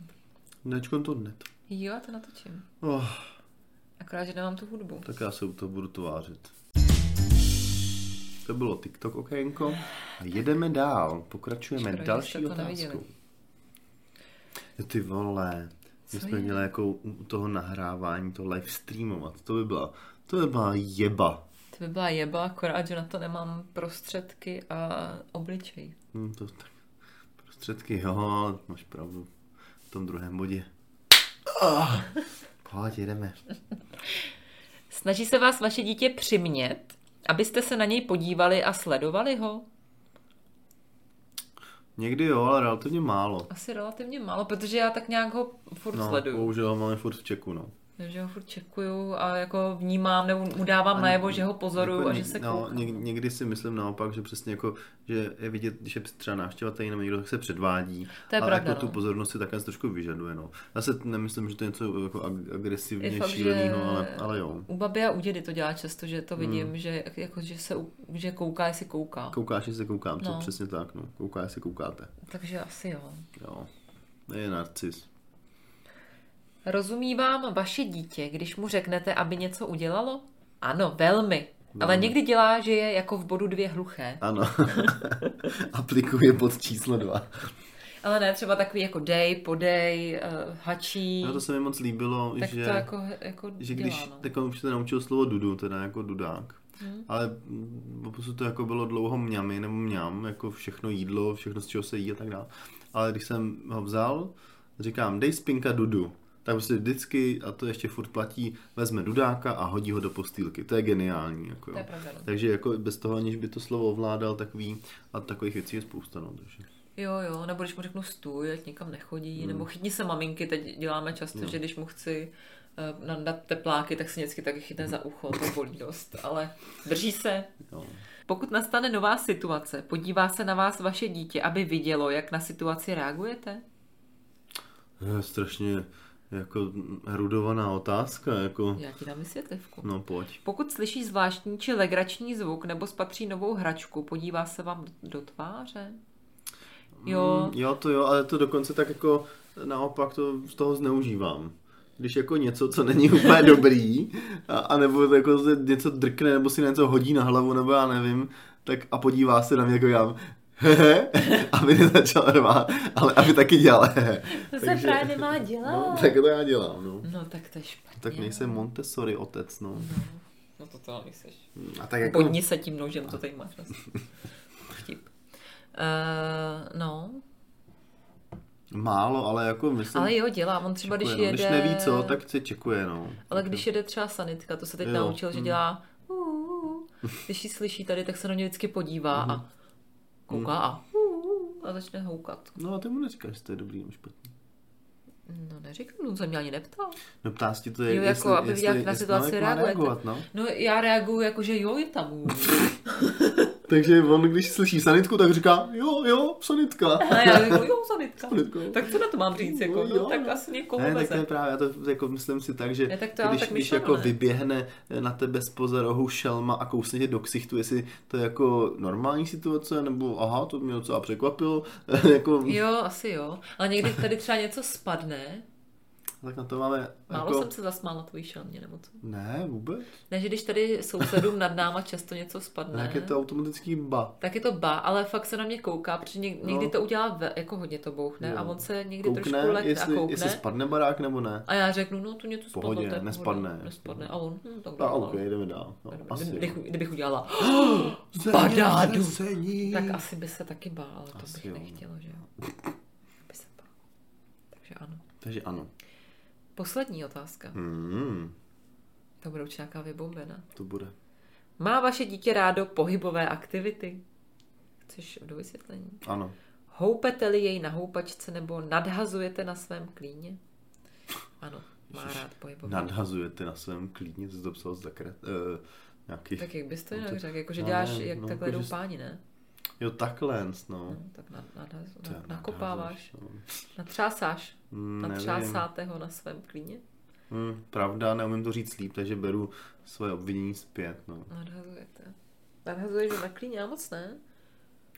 [SPEAKER 2] Nečkon to net.
[SPEAKER 1] Jo, já to natočím.
[SPEAKER 2] Oh,
[SPEAKER 1] Akorát, že nemám tu hudbu.
[SPEAKER 2] tak já se u toho budu tvářit. To bylo TikTok okénko. A jedeme dál. Pokračujeme
[SPEAKER 1] Škoda, že
[SPEAKER 2] další
[SPEAKER 1] jste to
[SPEAKER 2] otázkou.
[SPEAKER 1] neviděli.
[SPEAKER 2] Ty vole, my
[SPEAKER 1] Co
[SPEAKER 2] jsme
[SPEAKER 1] je?
[SPEAKER 2] měli jako u toho nahrávání to live streamovat. To by byla, to by byla jeba.
[SPEAKER 1] To by byla jeba, akorát, že na to nemám prostředky a obličej.
[SPEAKER 2] Hm, to tak. Prostředky, jo, máš pravdu. V tom druhém bodě. Ah, pojď, jedeme.
[SPEAKER 1] Snaží se vás vaše dítě přimět, abyste se na něj podívali a sledovali ho?
[SPEAKER 2] Někdy jo, ale relativně málo.
[SPEAKER 1] Asi relativně málo, protože já tak nějak ho furt
[SPEAKER 2] No,
[SPEAKER 1] sleduju.
[SPEAKER 2] bohužel ho máme furt v čeku, no.
[SPEAKER 1] Takže ho furt čekuju a jako vnímám nebo mu dávám najevo, že No, ho pozoruju
[SPEAKER 2] Jako
[SPEAKER 1] a že
[SPEAKER 2] něk-
[SPEAKER 1] se
[SPEAKER 2] no,
[SPEAKER 1] koukám.
[SPEAKER 2] něk, někdy si myslím naopak, že přesně jako, že je vidět, když je třeba návštěva tady nebo někdo, tak se předvádí.
[SPEAKER 1] To je
[SPEAKER 2] ale
[SPEAKER 1] pravda,
[SPEAKER 2] jako
[SPEAKER 1] no.
[SPEAKER 2] tu pozornost si takhle trošku vyžaduje, no. Já se nemyslím, že to je něco jako ag-
[SPEAKER 1] Je
[SPEAKER 2] agresivně
[SPEAKER 1] fakt,
[SPEAKER 2] šíleného,
[SPEAKER 1] že-
[SPEAKER 2] ale, ale jo. Hmm.
[SPEAKER 1] U babi a u dědy to dělá často, že to vidím, že, jako, že, se, u- že kouká, jestli kouká.
[SPEAKER 2] Koukáš, jestli koukám, to
[SPEAKER 1] No.
[SPEAKER 2] přesně tak, no. Kouká, jestli koukáte,
[SPEAKER 1] Takže asi jo.
[SPEAKER 2] jo. Je narcis.
[SPEAKER 1] Rozumí vám vaše dítě, když mu řeknete, aby něco udělalo? Ano, velmi. Ale někdy dělá, že je jako v bodu dvě hluché.
[SPEAKER 2] Ano. Aplikuje pod číslo dva.
[SPEAKER 1] Ale ne, třeba takový jako dej, podej, uh, hačí.
[SPEAKER 2] No to se mi moc líbilo,
[SPEAKER 1] tak
[SPEAKER 2] že...
[SPEAKER 1] to jako, jako
[SPEAKER 2] že
[SPEAKER 1] dělá,
[SPEAKER 2] když,
[SPEAKER 1] no.
[SPEAKER 2] tak on už se naučil slovo dudu, teda jako dudák, hmm. ale mm, poposud to jako bylo dlouho mňamy nebo mňam, jako všechno jídlo, všechno z čeho se jí a tak dále. Ale když jsem ho vzal, říkám, dej spinka dudu, tak prostě vždycky, a to ještě furt platí, vezme dudáka a hodí ho do postýlky. To je geniální. Jako, jo.
[SPEAKER 1] To je pravda, no.
[SPEAKER 2] Takže jako bez toho, aniž by to slovo ovládal, tak ví, a takových věcí je spousta. No, takže.
[SPEAKER 1] Jo, jo, nebo když mu řeknu stůj, ať nikam nechodí,
[SPEAKER 2] Hmm.
[SPEAKER 1] nebo chytni se maminky, teď děláme často,
[SPEAKER 2] No.
[SPEAKER 1] že když mu chci eh, nandat tepláky, tak se vždycky taky chytne za ucho, to bolí dost, ale drží se.
[SPEAKER 2] Jo.
[SPEAKER 1] Pokud nastane nová situace, podívá se na vás vaše dítě, aby vidělo, jak na situaci reagujete?
[SPEAKER 2] Je strašně jako erudovaná otázka, jako,
[SPEAKER 1] Já ti dám vysvětlivku.
[SPEAKER 2] no pojď.
[SPEAKER 1] Pokud slyší zvláštní či legrační zvuk nebo spatří novou hračku, podívá se vám do- do tváře? Jo,
[SPEAKER 2] Mm, Jo, to jo, ale to dokonce tak jako naopak to z toho zneužívám. Když jako něco, co není úplně dobrý, a, a nebo jako se něco drkne, nebo si na něco hodí na hlavu, nebo já nevím, tak a podívá se na mě jako já, hehe, aby nezačal rvát, ale aby taky dělal hehe.
[SPEAKER 1] to se právě nemá dělat.
[SPEAKER 2] no, tak to já dělám, no.
[SPEAKER 1] No tak to je špatně.
[SPEAKER 2] Tak nejsem Montessori otec, no.
[SPEAKER 1] No to to nejseš.
[SPEAKER 2] A tak jako...
[SPEAKER 1] Podni se tím nožem, to tady máš. vlastně. Vtip. Uh, no,
[SPEAKER 2] Málo, ale jako myslím...
[SPEAKER 1] ale jo, dělá. On třeba, když
[SPEAKER 2] čekuje, no.
[SPEAKER 1] jede...
[SPEAKER 2] když neví co, tak se čekuje, no.
[SPEAKER 1] Ale když jede třeba sanitka, to se teď
[SPEAKER 2] Jo,
[SPEAKER 1] jo. naučil, že
[SPEAKER 2] mm.
[SPEAKER 1] dělá... Když ji slyší tady, tak se na ně vždycky podívá
[SPEAKER 2] Mhm.
[SPEAKER 1] a
[SPEAKER 2] Mm.
[SPEAKER 1] kouká a... A začne houkat.
[SPEAKER 2] No a ty mu neříkáš, jestli to je dobrý nebo špatný.
[SPEAKER 1] No neříkám, on se mě ani neptal.
[SPEAKER 2] No ptá se ti to, je,
[SPEAKER 1] Jo, jako,
[SPEAKER 2] jestli,
[SPEAKER 1] aby
[SPEAKER 2] jestli,
[SPEAKER 1] viděla, jak na
[SPEAKER 2] jestli
[SPEAKER 1] situaci
[SPEAKER 2] člověk má
[SPEAKER 1] reagujete.
[SPEAKER 2] reagovat, no.
[SPEAKER 1] No já reaguju jako, že jo, je tam.
[SPEAKER 2] Takže on, když slyší sanitku, tak říká, jo, jo, sanitka.
[SPEAKER 1] A já jako, jo, sanitka.
[SPEAKER 2] Sanitko.
[SPEAKER 1] Tak co na to mám říct? Jako,
[SPEAKER 2] No,
[SPEAKER 1] no,
[SPEAKER 2] jo,
[SPEAKER 1] tak
[SPEAKER 2] no.
[SPEAKER 1] asi někoho
[SPEAKER 2] Ne, tak to
[SPEAKER 1] veze.
[SPEAKER 2] je právě, já to jako myslím si tak, že
[SPEAKER 1] Ne, tak to já mám
[SPEAKER 2] když,
[SPEAKER 1] tak
[SPEAKER 2] když
[SPEAKER 1] myšleno,
[SPEAKER 2] jako
[SPEAKER 1] ne?
[SPEAKER 2] vyběhne na tebe spoza rohu šelma a kousne tě do ksichtu, jestli to je jako normální situace, nebo aha, to mě docela překvapilo, jako,
[SPEAKER 1] Jo, asi jo. Ale někdy tady třeba něco spadne.
[SPEAKER 2] tak na to máme
[SPEAKER 1] Málo
[SPEAKER 2] jako,
[SPEAKER 1] jsem se zasmála tvojí šelmě, nebo co?
[SPEAKER 2] ne, vůbec,
[SPEAKER 1] Ne, že když tady sousedům nad náma často něco spadne,
[SPEAKER 2] ne. jak je to automatický ba.
[SPEAKER 1] tak je to ba, ale fakt se na mě kouká, protože něk, někdy
[SPEAKER 2] No.
[SPEAKER 1] to udělá ve, jako hodně to bouchne
[SPEAKER 2] Jo.
[SPEAKER 1] a on se někdy koukne, trošku
[SPEAKER 2] Koukne,
[SPEAKER 1] lekne
[SPEAKER 2] jestli,
[SPEAKER 1] a koukne.
[SPEAKER 2] jestli spadne barák nebo ne.
[SPEAKER 1] A já řeknu, no tu něco spadlo,
[SPEAKER 2] Pohodě,
[SPEAKER 1] to je
[SPEAKER 2] nespadne.
[SPEAKER 1] Pohoda, nespadne. A on, hm, tak
[SPEAKER 2] A
[SPEAKER 1] dál.
[SPEAKER 2] ok, jdeme dál. No, asi,
[SPEAKER 1] Kdybych,
[SPEAKER 2] jo.
[SPEAKER 1] kdybych udělala,
[SPEAKER 2] Padádu.
[SPEAKER 1] tak asi by se taky bál, ale to
[SPEAKER 2] Asi
[SPEAKER 1] bych
[SPEAKER 2] jo.
[SPEAKER 1] nechtěla, že jo. By se bál. Takže ano.
[SPEAKER 2] Takže ano.
[SPEAKER 1] Poslední otázka.
[SPEAKER 2] Hmm,
[SPEAKER 1] To bude určitě nějaká vybombena.
[SPEAKER 2] to bude.
[SPEAKER 1] Má vaše dítě rádo pohybové aktivity? Chceš do vysvětlení?
[SPEAKER 2] Ano.
[SPEAKER 1] Houpete-li jej na houpačce nebo nadhazujete na svém klíně? Ano, má rád pohybové.
[SPEAKER 2] Nadhazujete na svém klíně, co jsi to psal za kret, uh, nějaký...
[SPEAKER 1] Tak jak bys to
[SPEAKER 2] No
[SPEAKER 1] jinak
[SPEAKER 2] to-
[SPEAKER 1] řekl? Jako, že
[SPEAKER 2] no
[SPEAKER 1] děláš,
[SPEAKER 2] ne,
[SPEAKER 1] jak
[SPEAKER 2] no,
[SPEAKER 1] takhle
[SPEAKER 2] jako,
[SPEAKER 1] jdou
[SPEAKER 2] že-
[SPEAKER 1] páni, ne?
[SPEAKER 2] Jo, takhle jen, no.
[SPEAKER 1] No, tak nad, nadhaz,
[SPEAKER 2] To je
[SPEAKER 1] nad, nakopáváš,
[SPEAKER 2] nadhazuješ, no.
[SPEAKER 1] natřásáš,
[SPEAKER 2] Mm,
[SPEAKER 1] natřásáte ho na svém klíně?
[SPEAKER 2] nevím. Mm, pravda, neumím to říct líp, takže beru svoje obvinění zpět, no.
[SPEAKER 1] Nadhazujete. Nadhazuješ ho na klíně? Já moc ne.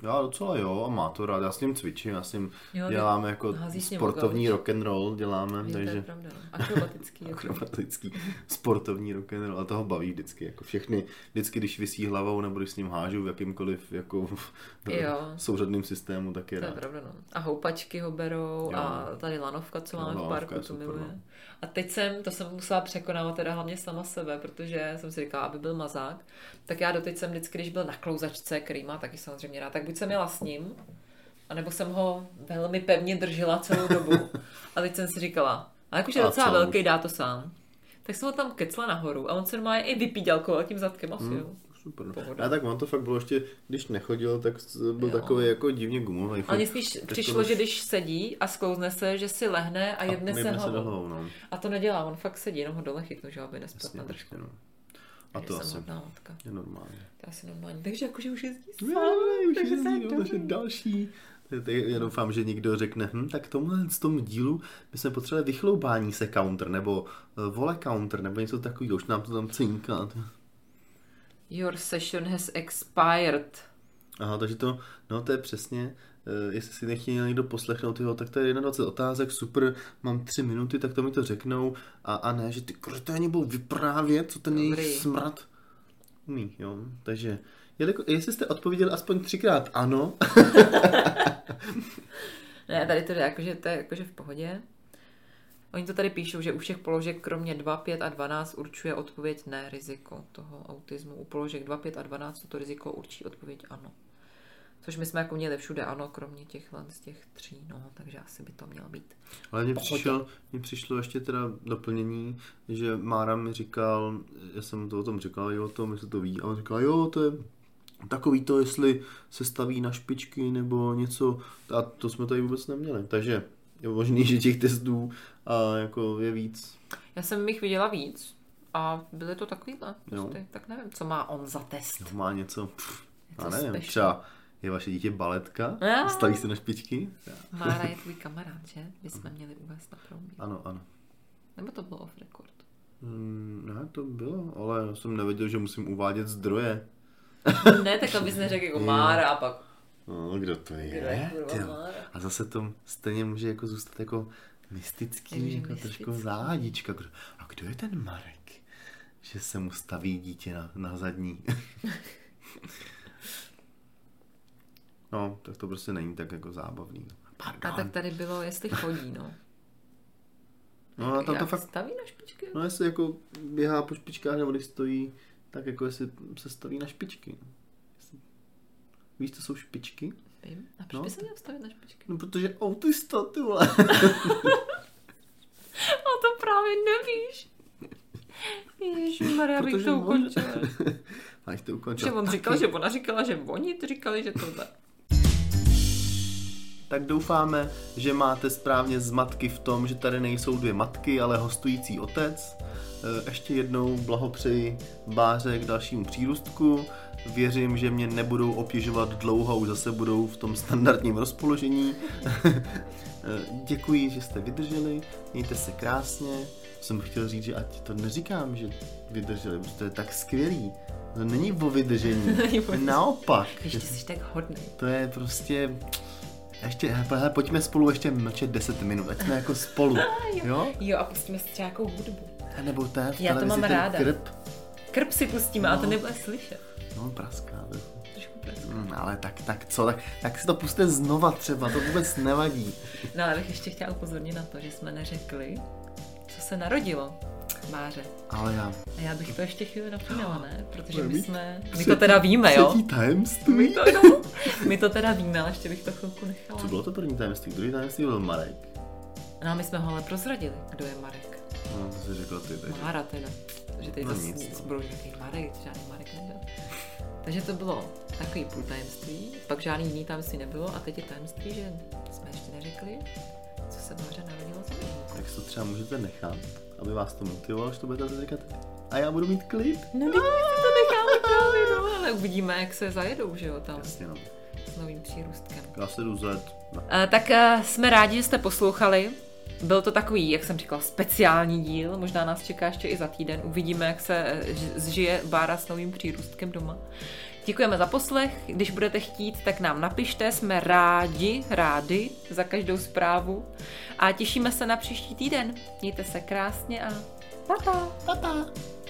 [SPEAKER 2] Já docela jo, a má to rád, já s ním cvičím, já s ním
[SPEAKER 1] Jo, ty-
[SPEAKER 2] děláme jako
[SPEAKER 1] házíš s ním
[SPEAKER 2] sportovní
[SPEAKER 1] gauč.
[SPEAKER 2] rock and roll, děláme,
[SPEAKER 1] Jo, To je
[SPEAKER 2] takže...
[SPEAKER 1] pravda. no. Akrobatický. jako.
[SPEAKER 2] akrobatický, sportovní rock and roll a toho baví vždycky, jako všechny, vždycky když vysí hlavou nebo když s ním hážu v jakýmkoliv jako v
[SPEAKER 1] Jo.
[SPEAKER 2] souřadném systému, tak je
[SPEAKER 1] To je
[SPEAKER 2] rád.
[SPEAKER 1] pravda, no. A houpačky ho berou
[SPEAKER 2] Jo.
[SPEAKER 1] a tady lanovka, co
[SPEAKER 2] Jo,
[SPEAKER 1] máme v
[SPEAKER 2] lanovka
[SPEAKER 1] parku,
[SPEAKER 2] je
[SPEAKER 1] to
[SPEAKER 2] super,
[SPEAKER 1] miluje.
[SPEAKER 2] no.
[SPEAKER 1] A teď jsem, to jsem musela překonávat teda hlavně sama sebe, protože jsem si říkala, aby byl mazák, tak já doteď jsem vždycky, když byl na klouzačce, který má taky samozřejmě rád, tak buď jsem jela s ním, anebo jsem ho velmi pevně držela celou dobu. A teď jsem si říkala, a jakože je
[SPEAKER 2] A
[SPEAKER 1] docela
[SPEAKER 2] co?
[SPEAKER 1] velký, dá to sám. Tak jsem ho tam kecla nahoru a on se normálně i vypídělkoval tím zadkem asi, jo.
[SPEAKER 2] super. No. A tak on to fakt bylo ještě, když nechodil, tak s- byl
[SPEAKER 1] Jo.
[SPEAKER 2] jo. takový jako divně Jako gumový.
[SPEAKER 1] Ale mně spíš
[SPEAKER 2] Tak to
[SPEAKER 1] přišlo,
[SPEAKER 2] už-
[SPEAKER 1] že když sedí a sklouzne se, že si lehne a jebne se
[SPEAKER 2] do
[SPEAKER 1] hlavou.
[SPEAKER 2] hlavou, no.
[SPEAKER 1] A to nedělá, on fakt sedí, jenom ho dole chytnu, že jo, aby nespat
[SPEAKER 2] Jasně,
[SPEAKER 1] na
[SPEAKER 2] trošku,
[SPEAKER 1] držku.
[SPEAKER 2] no. A
[SPEAKER 1] Je
[SPEAKER 2] to asi
[SPEAKER 1] samotná látka.
[SPEAKER 2] je normálně.
[SPEAKER 1] To je asi normální. Takže jakože už jezdí
[SPEAKER 2] Jo, už jezdí, no, takže další. Tak Já doufám, že někdo řekne, hm, tak tomhle z tomu dílu my jsme potřebovali vychloubání se counter, nebo eh, vole counter, nebo něco takového, už nám to tam cinká.
[SPEAKER 1] Your session has expired.
[SPEAKER 2] Aha, takže to, no to je přesně, eh, jestli si nechtěl někdo poslechnout, jo, tak to je 21 otázek, super, mám 3 minuty, tak to mi to řeknou. A, a ne, že ty kreténi budou vyprávět, co ten
[SPEAKER 1] Dobrý.
[SPEAKER 2] jejich smrad umí, jo. Takže, jeliko, jestli jste odpověděl aspoň třikrát ano,
[SPEAKER 1] Ne, tady to jde, jakože to je jakože v pohodě. Oni to tady píšou, že u všech položek kromě 2, 5 a 12 určuje odpověď ne riziko toho autismu. U položek 2, 5 a 12 toto riziko určí odpověď ano. Což my jsme jako měli všude ano, kromě těchhle z těch tří, no, takže asi by to mělo být.
[SPEAKER 2] Ale mně přišlo, mně přišlo ještě teda doplnění, že Mára mi říkal, já jsem to o tom říkal, jo, to jestli to ví, a on říkal, jo, to je takový to, jestli se staví na špičky nebo něco, a to jsme tady vůbec neměli, takže je možný, že těch testů a jako je víc.
[SPEAKER 1] Já jsem jich viděla víc a byly to takovýhle
[SPEAKER 2] Jo.
[SPEAKER 1] testy. Tak nevím, co má on za test.
[SPEAKER 2] Má něco, pff,
[SPEAKER 1] Něco
[SPEAKER 2] a nevím,
[SPEAKER 1] special.
[SPEAKER 2] třeba je vaše dítě baletka,
[SPEAKER 1] Ah.
[SPEAKER 2] staví se na špičky?
[SPEAKER 1] Mára je tvůj kamarád, že? By
[SPEAKER 2] Mhm.
[SPEAKER 1] jsme měli uvést na promí.
[SPEAKER 2] Ano, ano.
[SPEAKER 1] Nebo to bylo off record?
[SPEAKER 2] Hmm, ne, to bylo, ale já jsem nevěděl, že musím uvádět zdroje.
[SPEAKER 1] Ne, tak abys neřekl jako Mára a pak
[SPEAKER 2] No, kdo to je?
[SPEAKER 1] je, kurva, no?
[SPEAKER 2] Ty jo.
[SPEAKER 1] Mára?
[SPEAKER 2] a zase to stejně může jako zůstat jako mystický,
[SPEAKER 1] Ježiš,
[SPEAKER 2] jako trošku
[SPEAKER 1] mystický.
[SPEAKER 2] zádička. Kdo- A kdo je ten Marek? Že se mu staví dítě na, na zadní. no, tak to prostě není tak jako zábavný. no.
[SPEAKER 1] A tak
[SPEAKER 2] Pardon.
[SPEAKER 1] tady bylo, jestli chodí, no.
[SPEAKER 2] No a tam to
[SPEAKER 1] Jak
[SPEAKER 2] fakt,
[SPEAKER 1] Staví na špičky?
[SPEAKER 2] no jestli jako běhá po špičkách nebo když stojí, tak jako jestli se staví na špičky. Jestli- Víš, co jsou špičky?
[SPEAKER 1] Vím. A proč
[SPEAKER 2] No.
[SPEAKER 1] by se měl stavit na špičky?
[SPEAKER 2] No protože autista, ty vole.
[SPEAKER 1] A to právě nevíš. Ježišmarja, bych
[SPEAKER 2] Protože
[SPEAKER 1] to
[SPEAKER 2] mož-
[SPEAKER 1] ukončila.
[SPEAKER 2] Až to
[SPEAKER 1] Že
[SPEAKER 2] ukončil.
[SPEAKER 1] on říkal, že ona říkala, že oni to říkali, že tohle.
[SPEAKER 2] Tak doufáme, že máte správně zmatky v tom, že tady nejsou dvě matky, ale hostující otec. Eh, Ještě jednou blahopřeji Báře k dalšímu přírůstku. Věřím, že mě nebudou obtěžovat dlouho, už zase budou v tom standardním rozpoložení. Eh, Děkuji, že jste vydrželi, mějte se krásně. Jsem chtěl říct, že ať to neříkám, že vydrželi, protože to je tak skvělý. To není o vydržení, naopak.
[SPEAKER 1] Když ty jsi tak hodný.
[SPEAKER 2] To je prostě... Ještě, hele, pojďme spolu ještě mlčet 10 minut, ať jsme jako spolu, jo?
[SPEAKER 1] Jo, a pustíme si třeba nějakou hudbu.
[SPEAKER 2] A nebo to je v
[SPEAKER 1] Já to mám
[SPEAKER 2] televizi ten
[SPEAKER 1] ráda.
[SPEAKER 2] krb,
[SPEAKER 1] Krp si pustíme, a to nebude slyšet.
[SPEAKER 2] no praská, to.
[SPEAKER 1] Trošku prasku.
[SPEAKER 2] Mm, ale tak, tak co, tak, tak si to puste znova třeba, to vůbec nevadí.
[SPEAKER 1] No ale bych ještě chtěla upozornit na to, že jsme neřekli, co se narodilo. Máře.
[SPEAKER 2] Ale já...
[SPEAKER 1] A já bych to ještě chvíli naplnila, ne? Protože my
[SPEAKER 2] Babi.
[SPEAKER 1] jsme... My to teda víme, No jo?
[SPEAKER 2] Třetí tajemství.
[SPEAKER 1] To, no, my to teda víme, ale ještě bych to chvilku nechala.
[SPEAKER 2] Co bylo to první tajemství? Druhý tajemství byl Marek.
[SPEAKER 1] No a my jsme ho ale prozradili, kdo je Marek.
[SPEAKER 2] No, to jsi řekla ty, takže...
[SPEAKER 1] Mára teda. Takže teď
[SPEAKER 2] No
[SPEAKER 1] to
[SPEAKER 2] nic, no.
[SPEAKER 1] nic budou nějaký Marek, žádný Marek nebyl. Takže to bylo takový půl tajemství, pak žádný jiný tajemství nebylo a teď je tajemství, že jsme ještě neřekli, co se Máře narodilo za miminko.
[SPEAKER 2] Tak si to třeba můžete nechat, aby vás to motivovalo, že to budete říkat. A já budu mít klid.
[SPEAKER 1] No, teď to necháme právě, no, ale uvidíme, jak se zajedou, že jo, tam
[SPEAKER 2] Jasně, no.
[SPEAKER 1] s novým přírůstkem.
[SPEAKER 2] Já se jdu zet.
[SPEAKER 1] Eh, tak eh, jsme rádi, že jste poslouchali. Byl to takový, jak jsem říkala, speciální díl. Možná nás čeká ještě i za týden. Uvidíme, jak se eh, ž- zžije Bára s novým přírůstkem doma. Děkujeme za poslech. Když budete chtít, tak nám napište. Jsme rádi, rádi za každou zprávu. A těšíme se na příští týden. Mějte se krásně a tata.
[SPEAKER 2] Tata.